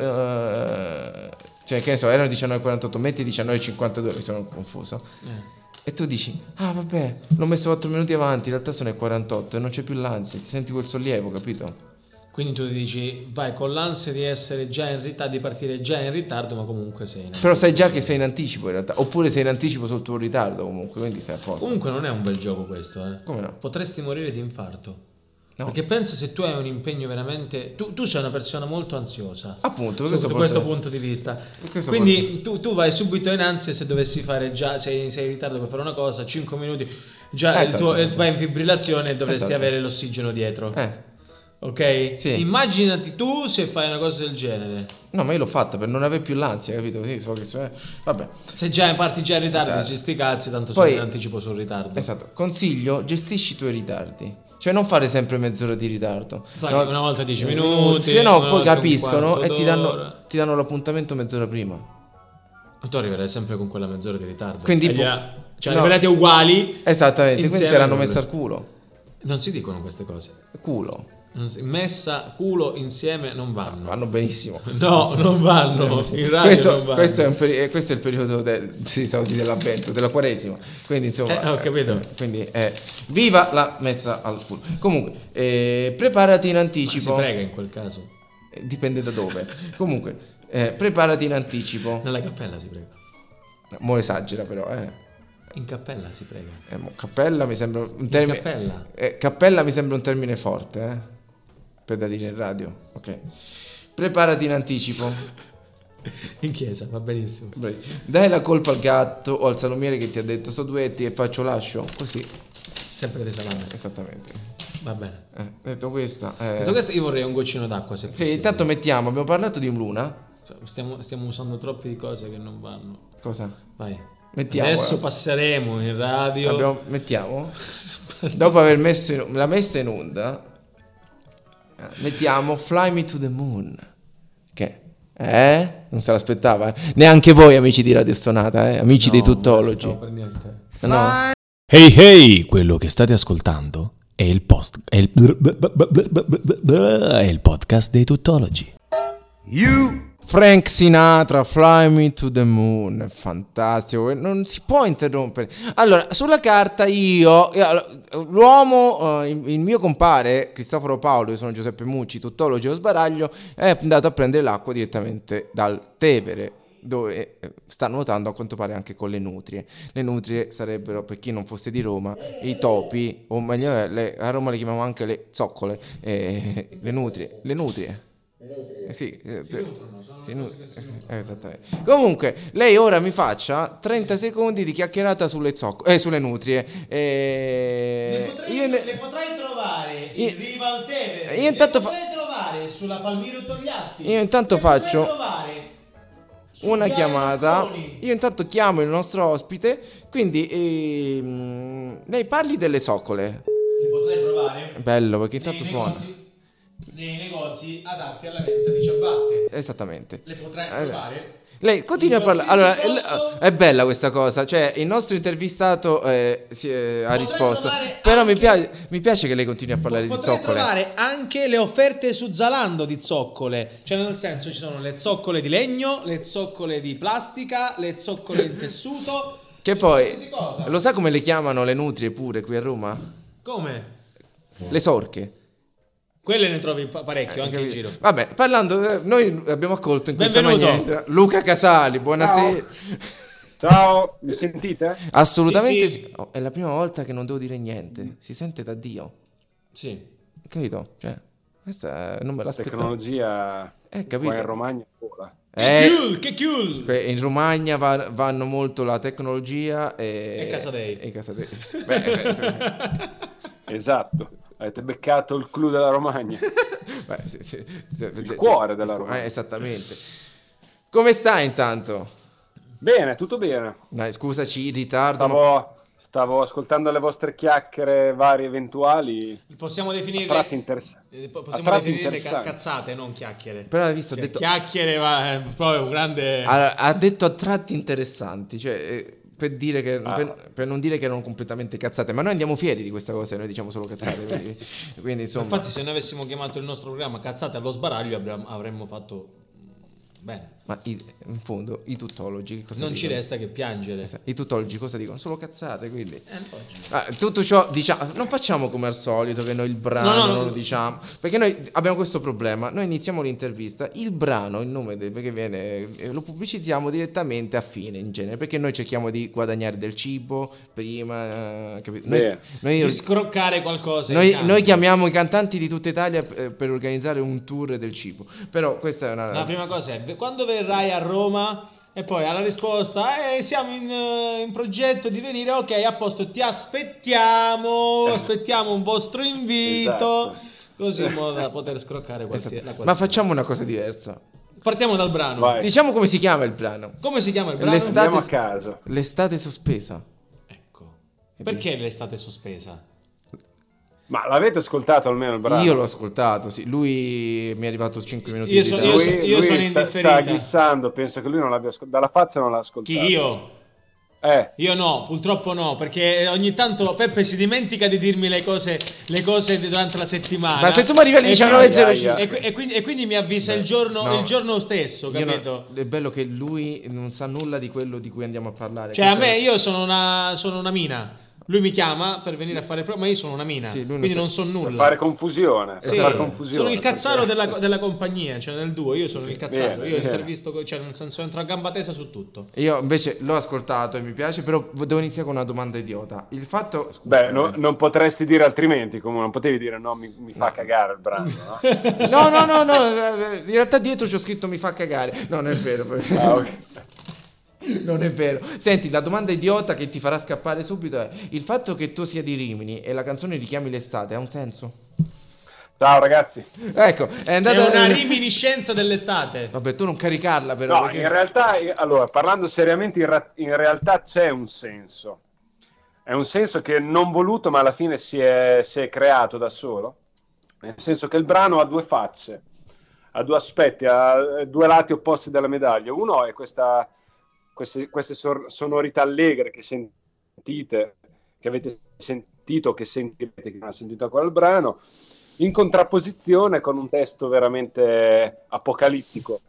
Cioè, che ne so, erano 19.48, metti 19.52, mi sono confuso. Eh. E tu dici, ah vabbè, l'ho messo 4 minuti avanti, in realtà sono i 48 e non c'è più l'ansia, ti senti quel sollievo, capito? Quindi tu ti dici, vai con l'ansia di essere già in ritardo, di partire già in ritardo, ma comunque sei in Però sai già che sei in anticipo in realtà, oppure sei in anticipo sul tuo ritardo comunque, quindi stai a posto. Comunque non è un bel gioco questo, eh. Come no? Potresti morire di infarto. No. Perché pensa se tu hai un impegno veramente... Tu, tu sei una persona molto ansiosa. Appunto, Sotto questo, questo, porta- punto di vista. questo Quindi tu, tu vai subito in ansia se dovessi fare già, sei, sei in ritardo per fare una cosa, 5 minuti, già Eh, il tuo- esatto. vai in fibrillazione e dovresti Esatto. avere l'ossigeno dietro. Eh, Ok? Sì. Immaginati tu se fai una cosa del genere. no, ma io l'ho fatta per non avere più l'ansia, capito? Sì, so che so- eh, Vabbè, Se già parti già in ritardo, Ritardo. dici sti cazzi, tanto Esatto. Poi- sono in anticipo sul ritardo. esatto. Consiglio, gestisci i tuoi ritardi. Cioè non fare sempre mezz'ora di ritardo. Fai No, una volta 10 eh, minuti, Se una no, poi volta un capiscono e quarto ti danno, d'ora. ti danno l'appuntamento mezz'ora prima. Tu arriverai sempre con quella mezz'ora di ritardo. Quindi E pu- gliela- cioè, no. arriverete uguali. Esattamente, quindi Insieme te l'hanno pure. messa al culo. Non si dicono queste cose. Culo. Non si- Messa, culo, insieme non vanno. Vanno benissimo. No, non vanno. In radio non Questo, vanno. questo è un peri- eh, questo è il periodo de- sì, stavo di- dell'avvento, della quaresima. Quindi, insomma, Eh, ho capito. eh, quindi, eh, viva la messa al culo. Comunque, eh, preparati in Ma si anticipo. prega in quel caso. Eh, Dipende da dove. Comunque, eh, preparati in anticipo. Nella cappella si prega. Mo' esagera, però, eh. In cappella si prega. Eh, mo- cappella mi sembra un termine. cappella. eh, cappella mi sembra un termine forte, eh, Per da dire in radio. Ok. Preparati in anticipo. In chiesa, va benissimo. Bravi. Dai la colpa al gatto o al salumiere che ti ha detto sto duetti e faccio lascio. Così, Sempre dei salame. esattamente. Va bene. Eh, detto questa... eh, Detto questo, io vorrei un goccino d'acqua. Se Sì, possibile. intanto mettiamo, abbiamo parlato di un luna. Cioè, Stiamo, stiamo usando troppe cose che non vanno. Cosa? Vai. Mettiamo, Adesso eh. passeremo in radio. Abbiamo- mettiamo? Dopo aver messo in- la messa in onda, eh, mettiamo Fly Me to the Moon. Che? Eh? Non se l'aspettava, eh? Neanche voi amici di Radio Stonata, eh? Amici dei No, non tuttologi. aspettavo per niente. No. Hey hey, quello che state ascoltando è il post è il, è il podcast dei tuttologi. Frank Sinatra, Fly Me to the Moon, è fantastico, eh, non si può interrompere. Allora, sulla carta io, io, allora, l'uomo, eh, il, il mio compare, Cristoforo Paolo, io sono Giuseppe Mucci, tuttologo lo sbaraglio, è andato a prendere l'acqua direttamente dal Tevere, dove eh, sta nuotando a quanto pare anche con le nutrie. Le nutrie sarebbero, per chi non fosse di Roma, i topi, o meglio, eh, le- a Roma le chiamiamo anche le zoccole, eh, le nutrie, le nutrie. Eh sì, eh, te- sì, nu- eh, sì, eh, esattamente. Comunque, lei ora mi faccia 30 secondi di chiacchierata sulle zocco- eh, sulle nutrie. Eh, io ne- potrai trovare in Io- riva al Tevere. io intanto fa- andare sulla Palmiro Togliatti. Io intanto e poter faccio trovare su una Viale chiamata. Marconi. Io intanto chiamo il nostro ospite, quindi ehm, lei parli delle soccole. Le potrai trovare Bello, perché intanto nei suona. negozi- nei negozi adatti alla vendita di ciabatte. Esattamente. Le potrai Eh, trovare. Lei continua a In parlare. Allora, qualsiasi posto- l- è bella questa cosa. Cioè, il nostro intervistato eh, si è- ha Potrei risposto. trovare Però mi anche- piace, mi piace che lei continui a parlare di Potrei zoccole. trovare anche le offerte su Zalando di zoccole. Cioè, nel senso, ci sono le zoccole di legno, le zoccole di plastica, le zoccole in tessuto. Che qualsiasi poi. cosa. Lo sa come le chiamano le nutrie pure qui a Roma? Boh. Come? Le sorche. Quelle ne trovi pa- parecchio Eh, anche in capito? giro. Vabbè, parlando, eh, noi abbiamo accolto in questa Benvenuto. maniera Luca Casali. Buonasera. Ciao, Eh, mi sentite? Assolutamente Sì, sì. sì. Oh, è la prima volta che non devo dire niente. Si sente da Dio. Sì. Capito? Cioè, questa eh, non me l'aspettavo. Tecnologia Eh, qua in capito? Romagna vola. Eh, Che chiul, che chiul! Que- In Romagna va- vanno molto la tecnologia e, E Casadei. E Casadei. Beh, eh, sì. Esatto, avete beccato il clou della Romagna. Beh, sì, sì, sì, vede- cuore della il cu- Romagna. eh, esattamente. Come stai intanto? Bene, tutto bene. Dai, scusaci il ritardo. ma- Stavo, stavo ascoltando le vostre chiacchiere varie eventuali, Possiamo a definire... tratti interessanti. eh, po- a Possiamo tratti definire ca- interessanti. cazzate, non chiacchiere. Però hai visto, ha Cioè, detto, Chiacchiere, ma è proprio un grande... allora, ha detto a tratti interessanti, cioè eh, per, dire che, Ah. per, per non dire che erano completamente cazzate, ma noi andiamo fieri di questa cosa, noi diciamo solo cazzate. quindi, quindi, insomma, Infatti, se noi avessimo chiamato il nostro programma Cazzate allo sbaraglio, avremmo, avremmo fatto mm, bene. ma i- in fondo i tuttologi che cosa non ci dicono? resta che piangere. Esatto, I tuttologi cosa dicono? Solo cazzate, quindi... Eh, oggi. Ah, tutto ciò diciamo, non facciamo come al solito che noi il brano No, no, non no. lo diciamo, perché noi abbiamo questo problema, noi iniziamo l'intervista, il brano, il nome del, perché viene, eh, lo pubblicizziamo direttamente a fine in genere, perché noi cerchiamo di guadagnare del cibo prima, eh, capito? Noi, Beh. noi- Di scroccare qualcosa. noi- intanto. noi chiamiamo i cantanti di tutta Italia eh, per organizzare un tour del cibo, però questa è una... La prima cosa è quando verrai a Roma. E poi alla risposta, eh, siamo in, eh, in progetto di venire, ok, a posto, ti aspettiamo, aspettiamo un vostro invito, Esatto. così in modo da poter scroccare Esatto. qualsiasi, la Ma qualsiasi- facciamo una cosa diversa. Partiamo dal brano. Vai. Diciamo come si chiama il brano. Come si chiama il brano? L'estate- Andiamo a caso. L'estate sospesa. Ecco. Perché l'estate è sospesa? Ma l'avete ascoltato almeno il brano? Io l'ho ascoltato, sì. Lui mi è arrivato 5 minuti Io di so- ritardo. Lui, so- io lui sono sta- indifferita. sta glissando, penso che lui non l'abbia ascoltato. Dalla faccia non l'ha ascoltato. Chi io? Eh, Io no, purtroppo no, perché ogni tanto Peppe si dimentica di dirmi le cose, le cose di- durante la settimana. Ma se tu mi arrivi alle E 19.05. quindi- E, qui- e quindi, e quindi mi avvisa Beh, il, giorno, no. il giorno stesso, Io no- capito? è bello che lui non sa nulla di quello di cui andiamo a parlare. Cioè a Questo me è- io sono una, sono una mina, lui mi chiama per venire a fare prova, ma io sono una mina, Sì, lui non quindi sa- non so nulla. per fare confusione. per Sì, fare confusione, sono il cazzaro perché- della, della compagnia, cioè nel duo, io sono il cazzaro, bene, io bene. intervisto, co- cioè nel senso entro a gamba tesa su tutto. Io invece l'ho ascoltato e mi piace, però devo iniziare con una domanda idiota. Il fatto... Beh, no- non potresti dire altrimenti, come non potevi dire no, mi, mi fa No. cagare il brano, no? No, no, no, no, eh, eh, in realtà dietro c'ho scritto mi fa cagare. No, non è vero. Ah, ok. Non è vero. Senti, la domanda idiota che ti farà scappare subito è il fatto che tu sia di Rimini e la canzone richiami l'estate ha un senso? Ciao ragazzi. Ecco, è È andata... una riminiscenza dell'estate. Vabbè, tu non caricarla però. No, perché- in realtà, eh, allora, parlando seriamente, in, ra- in realtà c'è un senso. È un senso che non voluto, ma alla fine si è, si è creato da solo. Nel senso che il brano ha due facce, ha due aspetti, ha eh, due lati opposti della medaglia. Uno è questa, queste, queste sor- sonorità allegre che sentite, che avete sentito, che sentirete, che non ha sentito ancora il brano, in contrapposizione con un testo veramente apocalittico.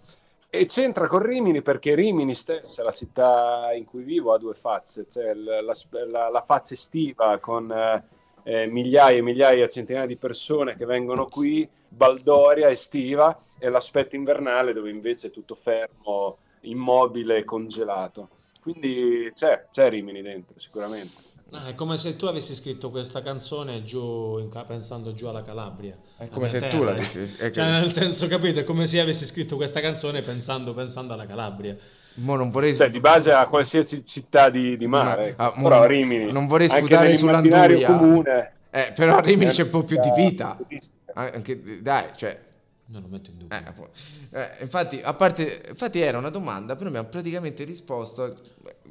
E c'entra con Rimini perché Rimini stessa, la città in cui vivo, ha due facce, cioè l- la, sp- la- la faccia estiva con eh, eh, migliaia e migliaia, centinaia di persone che vengono qui, baldoria estiva, e l'aspetto invernale dove invece è tutto fermo, immobile e congelato. Quindi c'è, c'è Rimini dentro, sicuramente. Ah, è come se tu avessi scritto questa canzone giù in ca- pensando giù alla Calabria. Eh, È come alla se terra. tu l'avessi- è che- certo. Cioè, nel senso, capito? È come se io avessi scritto questa canzone pensando, pensando alla Calabria. Mo non vorrei... Cioè, di base a qualsiasi città di, di Ma- mare, ah, mo- però Rimini, non vorrei anche sputare nell'immaginario sull'Anduia. comune, Eh, però a Rimini è c'è un po' più di una vita. città turistica. Anche, dai, cioè, Non lo metto in dubbio. Eh, appu- eh, infatti, a parte, infatti era una domanda, però mi ha praticamente risposto.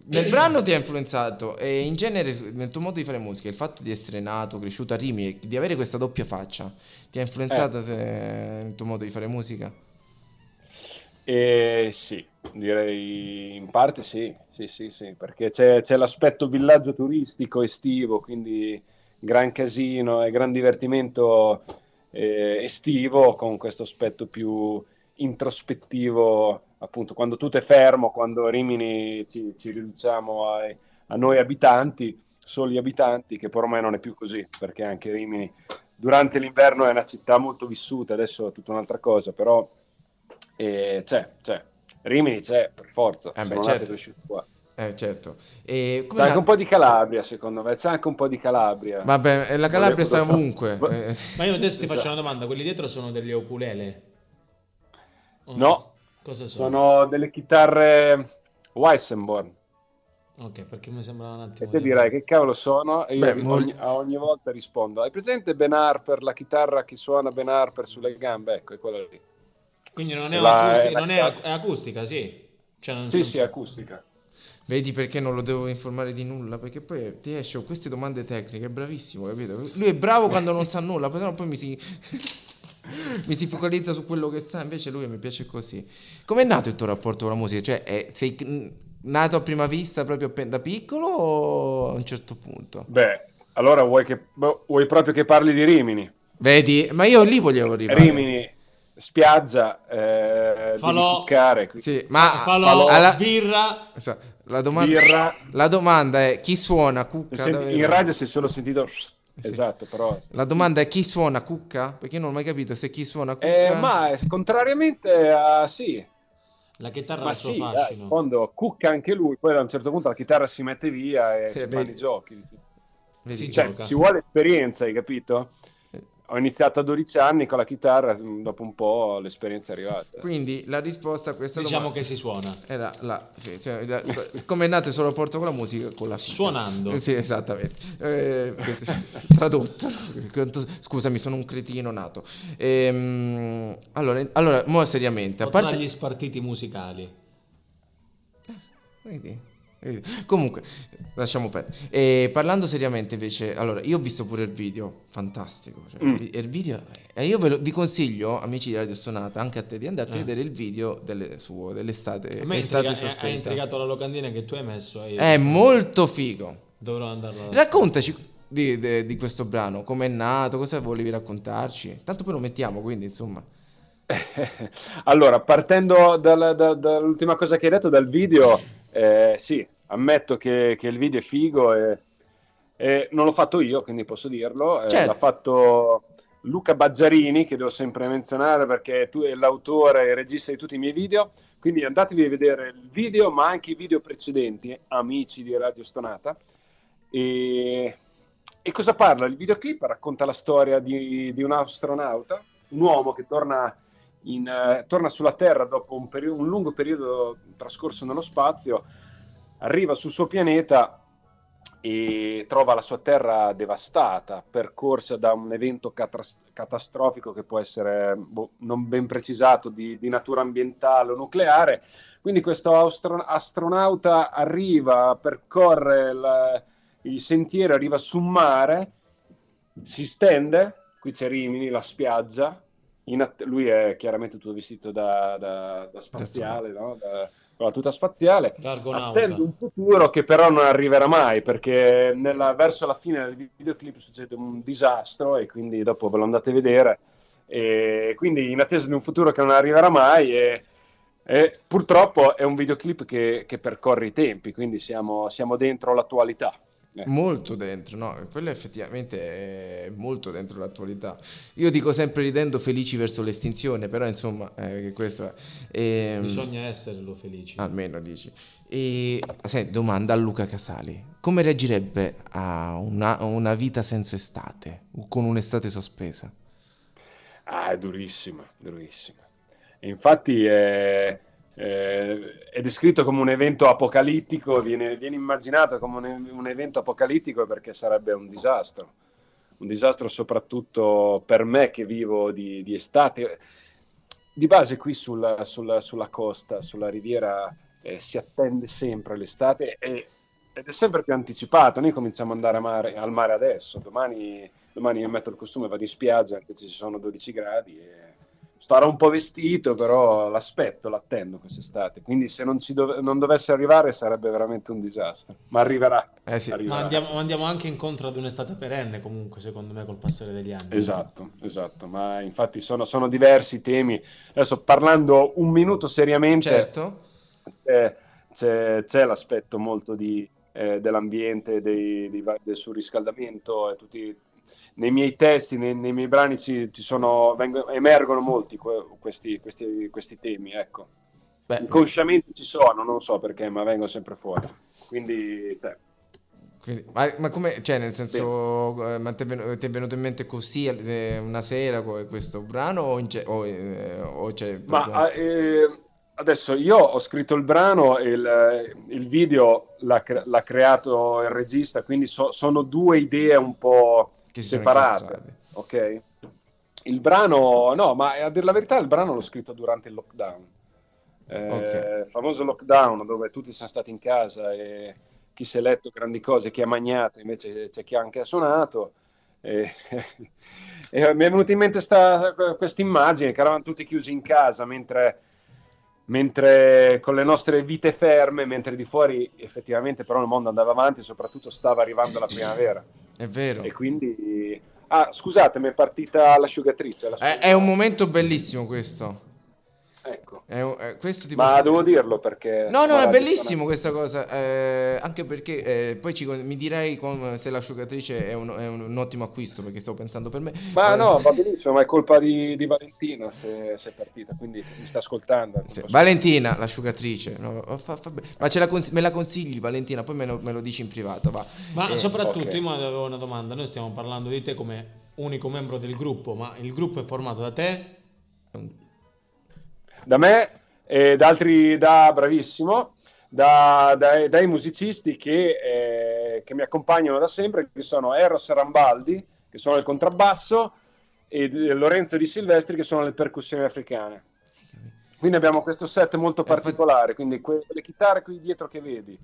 Nel brano ti ha influenzato e in genere nel tuo modo di fare musica, il fatto di essere nato, cresciuto a Rimini, di avere questa doppia faccia, ti ha influenzato Eh. se- il tuo modo di fare musica? E sì, direi in parte sì, sì, sì, sì, perché c'è, c'è l'aspetto villaggio turistico estivo, quindi gran casino e gran divertimento eh, estivo con questo aspetto più introspettivo, appunto, quando tutto è fermo, quando Rimini ci, ci riduciamo ai- a noi abitanti, soli abitanti, che poi ormai non è più così, perché anche Rimini durante l'inverno è una città molto vissuta, adesso è tutta un'altra cosa, però eh, c'è, c'è. Rimini c'è, per forza, Eh beh, sono nato e certo. cresciuto qua. Eh, certo. E come C'è anche na- un po' di Calabria, secondo me, c'è anche un po' di Calabria. Vabbè, eh, la Calabria sta Volevo- ovunque. Va- eh. Ma io adesso ti faccio una domanda, quelli dietro sono delle oculele? O No. Cosa sono? Sono delle chitarre Weissenborn, Ok, perché mi sembrava un attimo... e te di- direi che cavolo sono, e io Beh, ogni- mol- a ogni volta rispondo, hai presente Ben Harper, la chitarra che suona Ben Harper sulle gambe? Ecco, è quella lì. Quindi non è, La- acustica, la- non è, ac- è acustica, sì. Cioè, non Sì, so- sì, è acustica. Vedi perché non lo devo informare di nulla? Perché poi ti esce con queste domande tecniche, è bravissimo, capito? Lui è bravo quando non sa nulla, però poi mi si... mi si focalizza su quello che sa, invece lui mi piace così. Com'è nato il tuo rapporto con la musica? Cioè, è- sei mh, nato a prima vista proprio appen- da piccolo o a un certo punto? Beh, allora vuoi, che, boh, vuoi proprio che parli di Rimini? Vedi? Ma io lì volevo arrivare. Rimini, spiaggia, eh, Falò. devi cuccare, qui- Sì, ma... Falò, ah, Falò. alla- birra... sa- La domanda... birra. La domanda è chi suona Se cucca? senti- davvero? in radio si è solo sentito esatto, però La domanda è chi suona cucca? Perché io non ho mai capito se chi suona cucca. Eh, ma eh, contrariamente a sì, La chitarra ha ma il suo sì, dai, fascino. in fondo cucca anche lui, poi a un certo punto la chitarra si mette via e Eh, si fanno vedi. i giochi. Vedi? si Cioè, gioca. Eh. ci vuole esperienza, hai capito? Ho iniziato a 12 anni con la chitarra, mh, dopo un po' l'esperienza è arrivata. Quindi la risposta a questa Diciamo domanda che si suona. era la, sì, sì, la- come è nato il suo rapporto con la musica e con la figlia. Suonando. Eh, Sì, esattamente. Eh, questo- tradotto. Quanto- Scusami, sono un cretino nato. Ehm, allora, in- allora, mo seriamente, a A parte gli spartiti musicali. Vedi? Vedi? eh, Comunque, lasciamo perdere. E parlando seriamente, invece, allora, io ho visto pure il video, fantastico. cioè, Mm. il vi- il video, e io ve lo- vi consiglio, amici di Radio Sonata, anche a te, di andarti Eh. a vedere il video delle- suo dell'estate. A me estate intriga- ha- ha sospesa. intrigato la locandina che tu hai messo. e io- Eh, È molto figo. Dovrò andarlo a... Raccontaci di, de- di questo brano, com'è nato, cosa volevi raccontarci. Tanto poi lo mettiamo, quindi insomma. Allora, partendo dal- da- dall'ultima cosa che hai detto, dal video, eh, sì, ammetto che, che il video è figo e, e non l'ho fatto io, quindi posso dirlo, eh, Certo. l'ha fatto Luca Baggiarini, che devo sempre menzionare perché tu è l'autore e il regista di tutti i miei video, quindi andatevi a vedere il video, ma anche i video precedenti, amici di Radio Stonata. E, e cosa parla? Il videoclip racconta la storia di, di un astronauta, un uomo che torna in, eh, torna sulla Terra dopo un, peri- un lungo periodo trascorso nello spazio, arriva sul suo pianeta e trova la sua Terra devastata, percorsa da un evento catras- catastrofico che può essere boh, non ben precisato di, di natura ambientale o nucleare. Quindi questo austro- astronauta arriva, percorre la- il sentiero, arriva su un mare, si stende, qui c'è Rimini, la spiaggia, in att- lui è chiaramente tutto vestito da, da- da spaziale, no? Da- con la tuta spaziale, L'argonauta. attende un futuro che però non arriverà mai perché nella- verso la fine del videoclip succede un disastro e quindi dopo ve lo andate a vedere e quindi in attesa di un futuro che non arriverà mai e, e purtroppo è un videoclip che, che percorre i tempi quindi siamo, siamo dentro l'attualità Eh. Molto dentro, no, quello effettivamente è molto dentro l'attualità. Io dico sempre ridendo felici verso l'estinzione, però insomma, eh, che questo è. Ehm, Bisogna esserlo felici. Ah. Almeno dici. E senti, domanda a Luca Casali: come reagirebbe a una, a una vita senza estate, o con un'estate sospesa? Ah, è durissima, durissima. E infatti è, è- è descritto come un evento apocalittico, viene, viene immaginato come un, un evento apocalittico perché sarebbe un disastro. Un disastro soprattutto per me che vivo di, di estate. di base qui sulla, sulla- sulla costa, sulla riviera, eh, si attende sempre l'estate e- ed è sempre più anticipato. Noi cominciamo ad andare a mare- al mare adesso, domani, domani io metto il costume, vado in spiaggia, anche se ci sono 12 gradi. E... Starò un po' vestito, però l'aspetto, l'attendo quest'estate. Quindi se non, ci dov- non dovesse arrivare sarebbe veramente un disastro. Ma arriverà. Eh sì. arriverà. Ma andiamo, ma andiamo anche incontro ad un'estate perenne, comunque, secondo me, col passare degli anni. Esatto, esatto, ma infatti sono, sono diversi i temi. Adesso parlando un minuto seriamente, Certo. c'è, c'è- c'è l'aspetto molto di, eh, dell'ambiente, dei- dei va- del surriscaldamento e tutti... Nei miei testi, nei, nei miei brani ci, ci sono, vengono- emergono molti que- questi, questi, questi temi, ecco. Beh, Inconsciamente ci sono, non so perché, ma vengono sempre fuori. Quindi, cioè, quindi- ma, ma come, cioè, nel senso, eh, ma ti è ven- ti è venuto in mente così eh, una sera co- questo brano o, in ge- o, eh, o c'è Ma eh, adesso io ho scritto il brano, e il, il video l'ha, cre- l'ha creato il regista, quindi so- sono due idee un po' che si sono separate, incastrati? ok? Il brano, no, ma a dire la verità, il brano l'ho scritto durante il lockdown. Eh, Ok. Famoso lockdown dove tutti siamo stati in casa e chi si è letto grandi cose, chi ha magnato, invece c'è chi anche ha suonato. E, e mi è venuta in mente sta- questa immagine che eravamo tutti chiusi in casa mentre, mentre con le nostre vite ferme, mentre di fuori effettivamente però il mondo andava avanti, soprattutto stava arrivando la primavera. È vero. E quindi... Ah, scusate, mi è partita l'asciugatrice. la Eh, È, è un momento bellissimo questo. Ecco. È un- eh, questo ti Ma posso- devo dirlo perché... No, no, è guarda, bellissimo questa cosa, eh, anche perché eh, poi ci con- mi direi con- se l'asciugatrice è un, è un- un ottimo acquisto, perché sto pensando per me. Ma Eh, no, va benissimo, ma è colpa di, di Valentina se, se è partita, quindi mi sta ascoltando. non cioè, posso- Valentina, l'asciugatrice, no, oh, fa- fa be- ma ce la cons- me la consigli Valentina, poi me lo, me lo dici in privato, va. Ma Eh, soprattutto ok. io mi avevo una domanda. Noi stiamo parlando di te come unico membro del gruppo, ma il gruppo è formato da te? Da me e da altri, da bravissimo, da- dai, dai musicisti che, eh, che mi accompagnano da sempre, che sono Eros Rambaldi, che sono il contrabbasso, e eh, Lorenzo Di Silvestri, che sono le percussioni africane. Quindi abbiamo questo set molto particolare, quindi que- le chitarre qui dietro che vedi,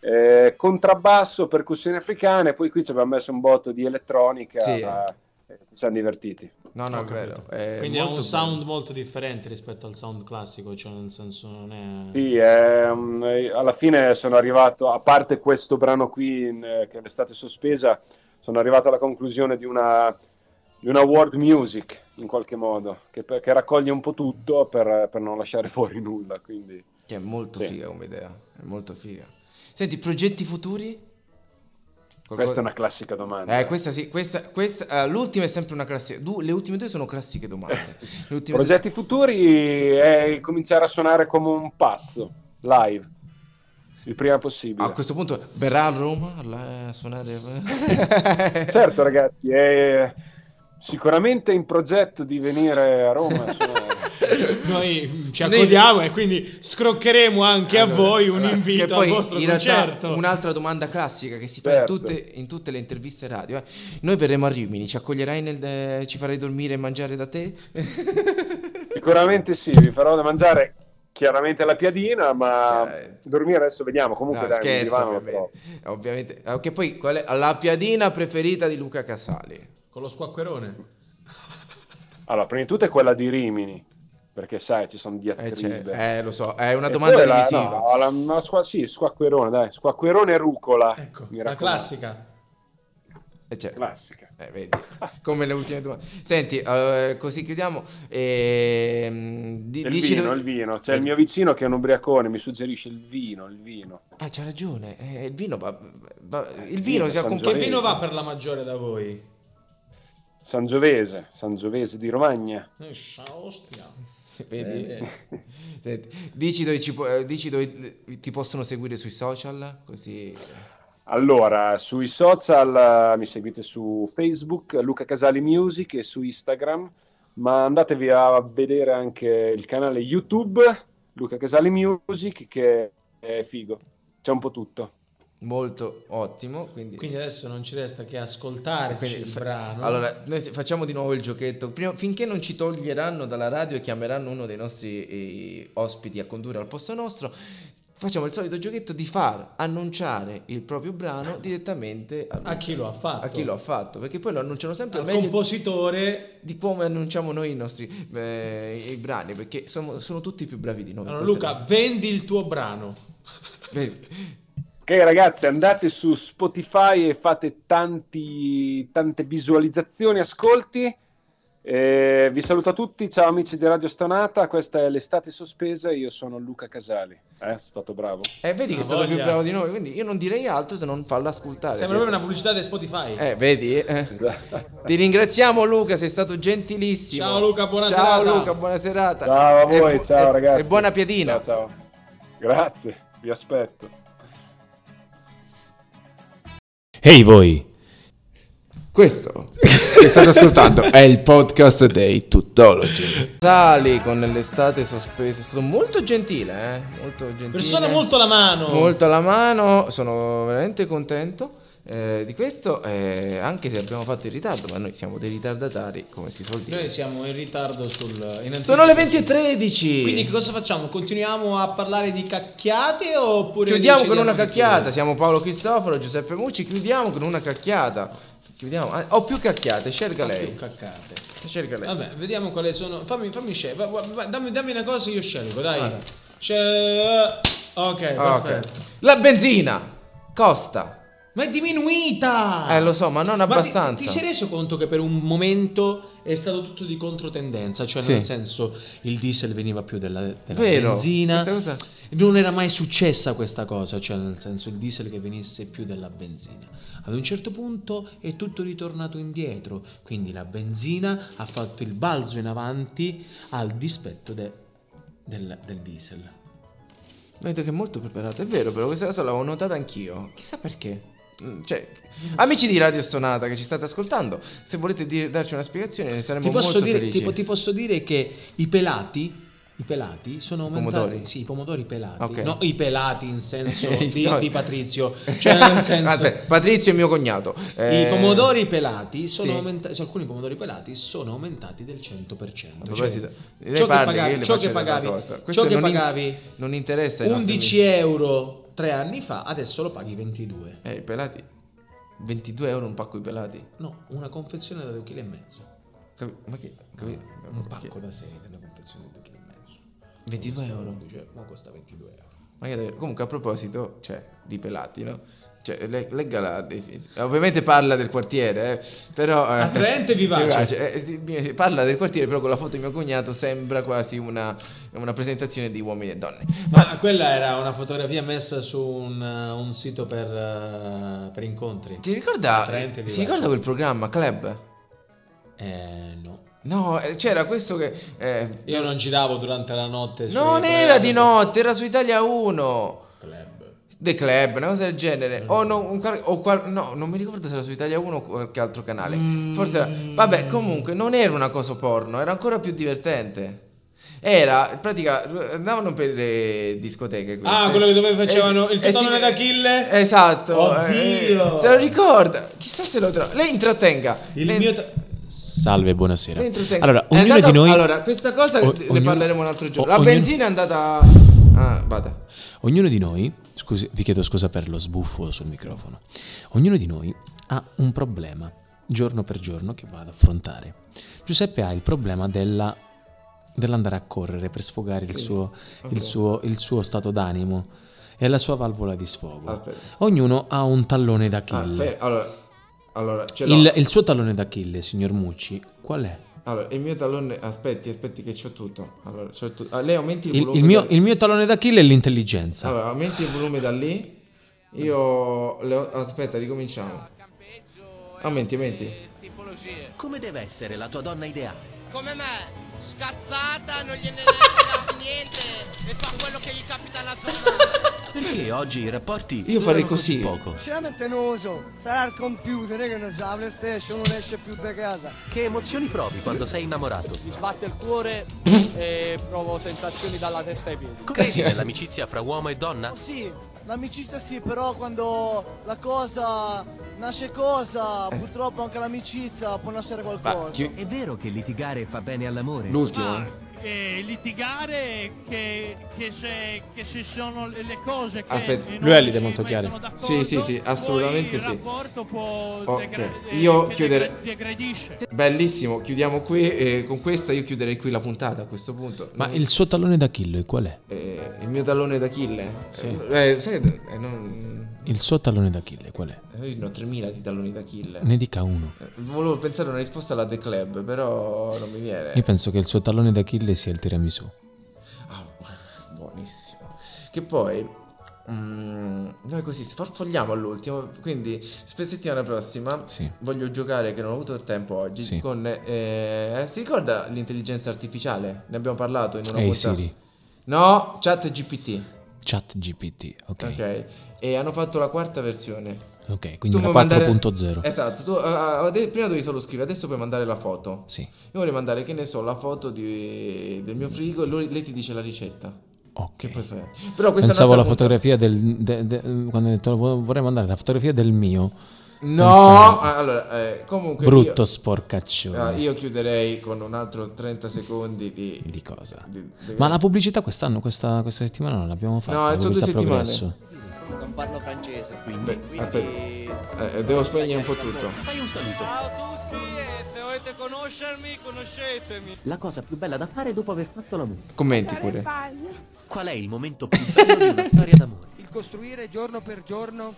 eh, contrabbasso, percussioni africane, poi qui ci abbiamo messo un botto di elettronica, Sì. ma eh, ci siamo divertiti. No, no, Ho è vero. capito. Eh, È Quindi ha molto un bello. sound molto differente rispetto al sound classico, cioè nel senso non è... Sì, ehm, eh, alla fine sono arrivato, a parte questo brano qui in- eh, che è l'estate sospesa, sono arrivato alla conclusione di una, di una world music, in qualche modo, che, che raccoglie un po' tutto per, per non lasciare fuori nulla. Quindi. Che è molto Sì. figa come idea, è molto figa. Senti, progetti futuri? Questa è Qualcosa- una classica domanda. Eh, questa sì, questa, questa- eh, l'ultima è sempre una classica. du- le ultime due sono classiche domande. Eh, Le ultime due Progetti futuri è cominciare a suonare come un pazzo, live, il prima possibile. A questo punto verrà a Roma la- a suonare. eh. Certo ragazzi, è sicuramente in progetto di venire a Roma a suonare. Noi ci Noi- accodiamo e quindi scroccheremo anche a Allora, voi un allora, invito che poi, al vostro in realtà, concerto. Un'altra domanda classica che si fa Certo. in, tutte, in tutte le interviste radio. eh. Noi verremo a Rimini, ci accoglierai nel. eh, ci farai dormire e mangiare da te? Sicuramente sì, vi farò da mangiare chiaramente la piadina, ma Chiaro. dormire adesso vediamo. Comunque No, dai, un scherzo, divano lo ovviamente. Ovviamente. Ah, Che poi qual è la piadina preferita di Luca Casali? Con lo squacquerone. trovo. Allora, prima di tutto è quella di Rimini, perché sai, ci sono Eh, diatribe. cioè, eh, lo so, è una E domanda poi la- divisiva. no, la- la squa- sì, squacquerone, dai, squacquerone e rucola. Ecco, mi la raccomando. classica. Eh, certo. Classica. Eh, vedi, come le ultime domande. Senti, eh, così chiudiamo. Ehm, di- Il dici vino, dove- il vino. C'è il mio vicino che è un ubriacone, mi suggerisce il vino, il vino. Ah, c'ha ragione. eh, il vino va. va- il vino il Eh, vino si San accompagna. Che vino va per la maggiore da voi? Sangiovese, Sangiovese di Romagna. Eh, Ciao, ostia. Vedi? Eh, Senti, dici dove, ci pu- eh, dici dove ti possono seguire sui social? Così. Allora, sui social eh, mi seguite su Facebook, Luca Casali Music e su Instagram, ma andatevi a vedere anche il canale YouTube, Luca Casali Music, che è figo, c'è un po' tutto. molto ottimo. Quindi, Quindi adesso non ci resta che ascoltarci quindi il fa- brano. Allora, noi facciamo di nuovo il giochetto. Prima- finché non ci toglieranno dalla radio e chiameranno uno dei nostri eh, ospiti a condurre al posto nostro, facciamo il solito giochetto di far annunciare il proprio brano direttamente al- a chi lo ha fatto? a chi lo ha fatto. Perché poi lo annunciano sempre Al meglio compositore. di come annunciamo noi i nostri eh, i brani, perché sono, sono tutti più bravi di noi. Allora, Questa Luca, vendi il tuo brano. è- Vedi? Ok ragazzi, andate su Spotify e fate tanti, tante visualizzazioni, ascolti. Eh, vi saluto a tutti, ciao amici di Radio Stonata, questa è l'estate sospesa, io sono Luca Casali. Eh, sono stato bravo. Eh, vedi che Ha è stato più voglia. bravo di noi, quindi io non direi altro se non farlo ascoltare. Sembra proprio una pubblicità di Spotify. Eh, vedi? eh. Ti ringraziamo Luca, sei stato gentilissimo. Ciao, Luca, buona Ciao, serata. Luca, buona serata. Ciao a E voi, bu- ciao e- ragazzi. E buona piadina. Ciao, ciao. Grazie, vi aspetto. Ehi voi! Questo che state ascoltando è il podcast dei Tutologi. Sali con l'estate sospesa, è stato molto gentile, eh? Molto gentile. Persona molto alla mano. molto alla mano, sono veramente contento eh, di questo, eh, anche se abbiamo fatto in ritardo, ma noi siamo dei ritardatari, come si suol dire. Noi siamo in ritardo sul. in Sono le anticipo. 20.13. Quindi che cosa facciamo? Continuiamo a parlare di cacchiate oppure chiudiamo con decidiamo una di cacchiata. Siamo Paolo Cristoforo, Giuseppe Mucci. Chiudiamo con una cacchiata. Chiudiamo. ah, Ho più cacchiate, scelga chiudere? Più lei. Cacchiate. Scelga lei. Vabbè, vediamo quali sono. Fammi, fammi scegliere. Va- va- va- Dammi, dammi una cosa, io scelgo, dai. Vai. C'è- Ok, Ah, ok. perfetto. La benzina costa. Ma è diminuita! Eh, lo so, ma non ti- abbastanza. Ti, sei reso conto che per un momento è stato tutto di controtendenza? Cioè, Sì. nel senso, il diesel veniva più della, della Vero. benzina. Questa cosa- Non era mai successa questa cosa, cioè nel senso il diesel che venisse più della benzina. Ad un certo punto è tutto ritornato indietro, quindi la benzina ha fatto il balzo in avanti al dispetto de- del, del diesel. Vedo che è molto preparata. È vero, però questa cosa l'avevo notata anch'io. Chissà perché. Mm, Cioè, amici di Radio Stonata che ci state ascoltando, se volete dire- darci una spiegazione, ne saremmo Ti posso, molto dire, felici. ti po- ti posso dire che i pelati... I pelati sono aumentati. pomodori? Sì, i pomodori pelati. Ok. No, i pelati in senso di, No. di Patrizio. Cioè, nel senso. Aspetta, Patrizio è mio cognato. I Eh, pomodori pelati sono sì. aumentati, cioè, alcuni pomodori pelati sono aumentati del 100%. A proposito, Cioè, lei ciò che parli, io pagavi, le ciò faccio vedere che pagavi, una cosa. Questo ciò che non in- pagavi non interessa ai nostri 11 euro tre anni fa, adesso lo paghi 22. Eh, i pelati. 22 euro un pacco di pelati. No, una confezione da 2,5 kg. Capi- ma che. capi- Un ma che- pacco da 6 una confezione da 2,5 kg. 22 euro. ma costa 22 euro. Ma che davvero- Comunque, a proposito, cioè, di pelati, no? Cioè, le- legga la definizione. Ovviamente parla del quartiere, eh, però. eh, Attraente e vivace. eh, sì, mi- parla del quartiere, però con la foto di mio cognato sembra quasi una, una presentazione di uomini e donne. Ma quella era una fotografia messa su un, uh, un sito per, eh, per incontri. Ti ricorda, Attraente e si vivace. ricorda quel programma, Club? Eh, no. No, eh, c'era questo che. eh, Io non giravo durante la notte. sui non programmi era di del notte, era su Italia 1. Club. Mm. The Club, una cosa del genere. O, no, un qual- o qual- no, non mi ricordo se era su Italia 1 o qualche altro canale. Mm. Forse era. Vabbè, comunque, non era una cosa porno, era ancora più divertente. Era, in pratica, andavano per le discoteche. queste. Ah, quello che dove facevano il sì, totone d'Achille? Esatto. Oddio. eh, se lo ricorda. Chissà se lo trova. Lei intrattenga. Il lei- mio. tra- Salve, buonasera. lei intrattenga. Allora, È ognuno andato- di noi... Allora, questa cosa o- ne ognuno- parleremo un altro giorno. o- La ognuno- benzina è andata. Ah, vada. Ognuno di noi, scusi, vi chiedo scusa per lo sbuffo sul microfono, ognuno di noi ha un problema giorno per giorno che va ad affrontare. Giuseppe ha il problema della- dell'andare a correre per sfogare il, Sì. suo, Ok. il, suo, il suo stato d'animo e la sua valvola di sfogo. Aspetta. Ognuno ha un tallone Ah, d'Achille. fe- allora, allora, ce l'ho. il, il suo tallone d'Achille, signor Mucci, qual è? Allora, il mio tallone. Aspetti, aspetti, che c'ho tutto. Allora, c'ho tu- ah, lei aumenti il, Il, volume. il mio, da- il mio tallone d'Achille è l'intelligenza. Allora, aumenti il volume da lì. Io. le ho- Aspetta, ricominciamo. Aumenti, aumenti. Come deve essere la tua donna ideale? Come me. Scazzata, non gliene frega niente. E fa quello che gli capita alla zona. Perché oggi i rapporti Io farei durano così così. poco? Cioè, Sciame tenoso. Sarà il computer eh, che ne sa, la PlayStation non esce più da casa. Che emozioni provi quando sei innamorato? Mi sbatte il cuore e provo sensazioni dalla testa ai piedi. Credi nell'amicizia fra uomo e donna? Sì, Oh, L'amicizia sì, però quando la cosa nasce cosa, purtroppo anche l'amicizia può nascere qualcosa. È vero che litigare fa bene all'amore. L'ultimo. E litigare che, che se, che se sono le le cose che Aspetta, non lui ha le idee si molto chiare. mettono d'accordo, Sì, sì, sì, poi assolutamente il sì. rapporto può Ok, degra- eh, io che chiuderei. degra- degradisce. Bellissimo, chiudiamo qui. eh, con questa io chiuderei qui la puntata a questo punto. Ma Non- il suo tallone d'Achille qual è? eh, il mio tallone d'Achille? Sì. Eh, eh, sai che. eh, non- Il suo tallone d'Achille qual è? eh, Io ne ho 3000 di talloni d'Achille. Ne dica uno. Eh, Volevo pensare a una risposta alla The Club, però non mi viene. Io penso che il suo tallone d'Achille sia il tiramisù. Ah, bu- buonissimo. Che poi mm, noi così sfarfogliamo all'ultimo, quindi per settimana prossima Sì. voglio giocare che non ho avuto tempo oggi Sì. con eh, si ricorda l'intelligenza artificiale? Ne abbiamo parlato in una Ehi puntata. Siri, No, Chat GPT. chat GPT, ok. Ok. Ok, E hanno fatto la quarta versione. quindi Tu la 4.0. puoi mandare- Esatto, tu, ah, ah, ade- prima dovevi solo scrivere, adesso puoi mandare la foto. Sì, Io vorrei mandare, che ne so, la foto di- del mio frigo e lui- lei ti dice la ricetta. ok. Che puoi fare? Però questa Pensavo è alla un'altra fotografia puntata. del... de- de- quando ho detto "Vo- vorrei mandare la fotografia del mio. No, Pensavo. ah, allora, eh, comunque Brutto io, sporcaccione. ah, io chiuderei con un altro 30 secondi di, Di cosa? di- di- Ma la pubblicità quest'anno, questa, questa settimana non l'abbiamo fatta. No, sono due pubblicità settimane. Progresso. Non parlo francese, Beh, aspetta, eh, devo spegnere un po' tutto. Fai un saluto. Ciao a tutti e se volete conoscermi, conoscetemi. La cosa più bella da fare dopo aver fatto l'amore. Commenti pure. Qual è il momento più bello di una storia d'amore? Il costruire giorno per giorno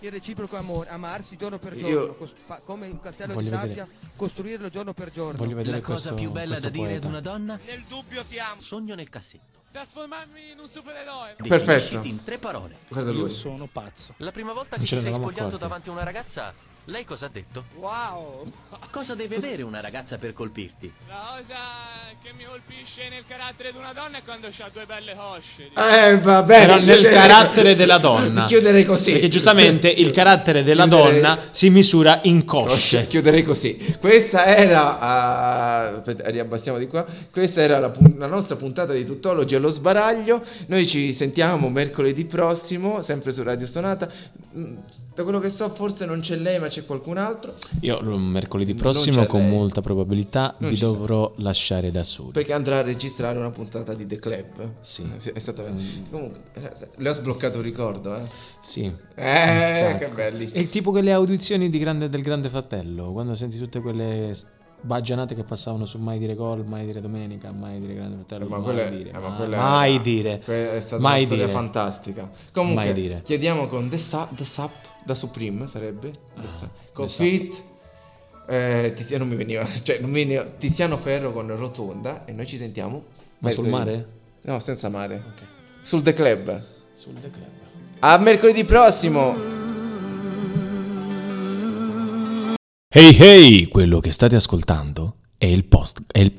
il reciproco amore, amarsi giorno per Io- giorno, cos- fa- come un castello Voglio di vedere. sabbia, costruirlo giorno per giorno. Voglio vedere La questo, cosa più bella questo da dire ad poeta. una donna? Nel dubbio ti amo. Sogno nel cassetto. Trasformarmi in un supereroe. Perfetto. Definisciti in tre parole. Guarda lui. La prima volta Non che ce ti sei l'eravamo spogliato accorti. davanti a una ragazza, lei cosa ha detto? Wow! Cosa deve avere una ragazza per colpirti? La cosa che mi colpisce nel carattere di una donna è quando ha due belle cosce. Eh, va bene. Però nel chiuderei- carattere della donna. Chiuderei così. Perché giustamente il carattere della Chiuderei- donna si misura in Cosce. cosce. Cioè, Chiuderei così. Questa era. ah, aspetta, riabbassiamo di qua. Questa era la, pun- la nostra puntata di Tuttologi allo sbaraglio. Noi ci sentiamo mercoledì prossimo, sempre su Radio Stonata. Mm, Da quello che so, forse non c'è lei, ma c'è qualcun altro. Io l- mercoledì Non prossimo c'è con lei. molta probabilità Non vi ci sarà. dovrò lasciare da soli. Perché andrà a registrare una puntata di The Club. Sì. Mm. Eh, È stata... Comunque, era- le ho sbloccato un ricordo, eh. Sì. Eh, Un che sacco. bellissimo. È il tipo quelle audizioni di grande- del Grande Fratello, quando senti tutte quelle s- baggianate che passavano su mai dire gol, mai dire domenica, mai dire Grande Fratello, Eh, ma mai, quella- dire, Ah. eh, ma ma- quella- Mai dire. Que- È stata Mai una storia dire. fantastica. Comunque, Mai dire. chiediamo con The, Sa- The Sap, da Supreme sarebbe, The Sap, con Ah, The Sap. Fit, eh, Tiziano, non mi veniva, cioè, non mi veniva- Tiziano Ferro con Rotonda e noi ci sentiamo. Ma sul mercoledì. mare? No, senza mare. Sul The Club. Sul club. A mercoledì prossimo! Hey hey, quello che state ascoltando è il post è il,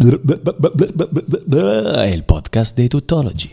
è il podcast dei tuttologi.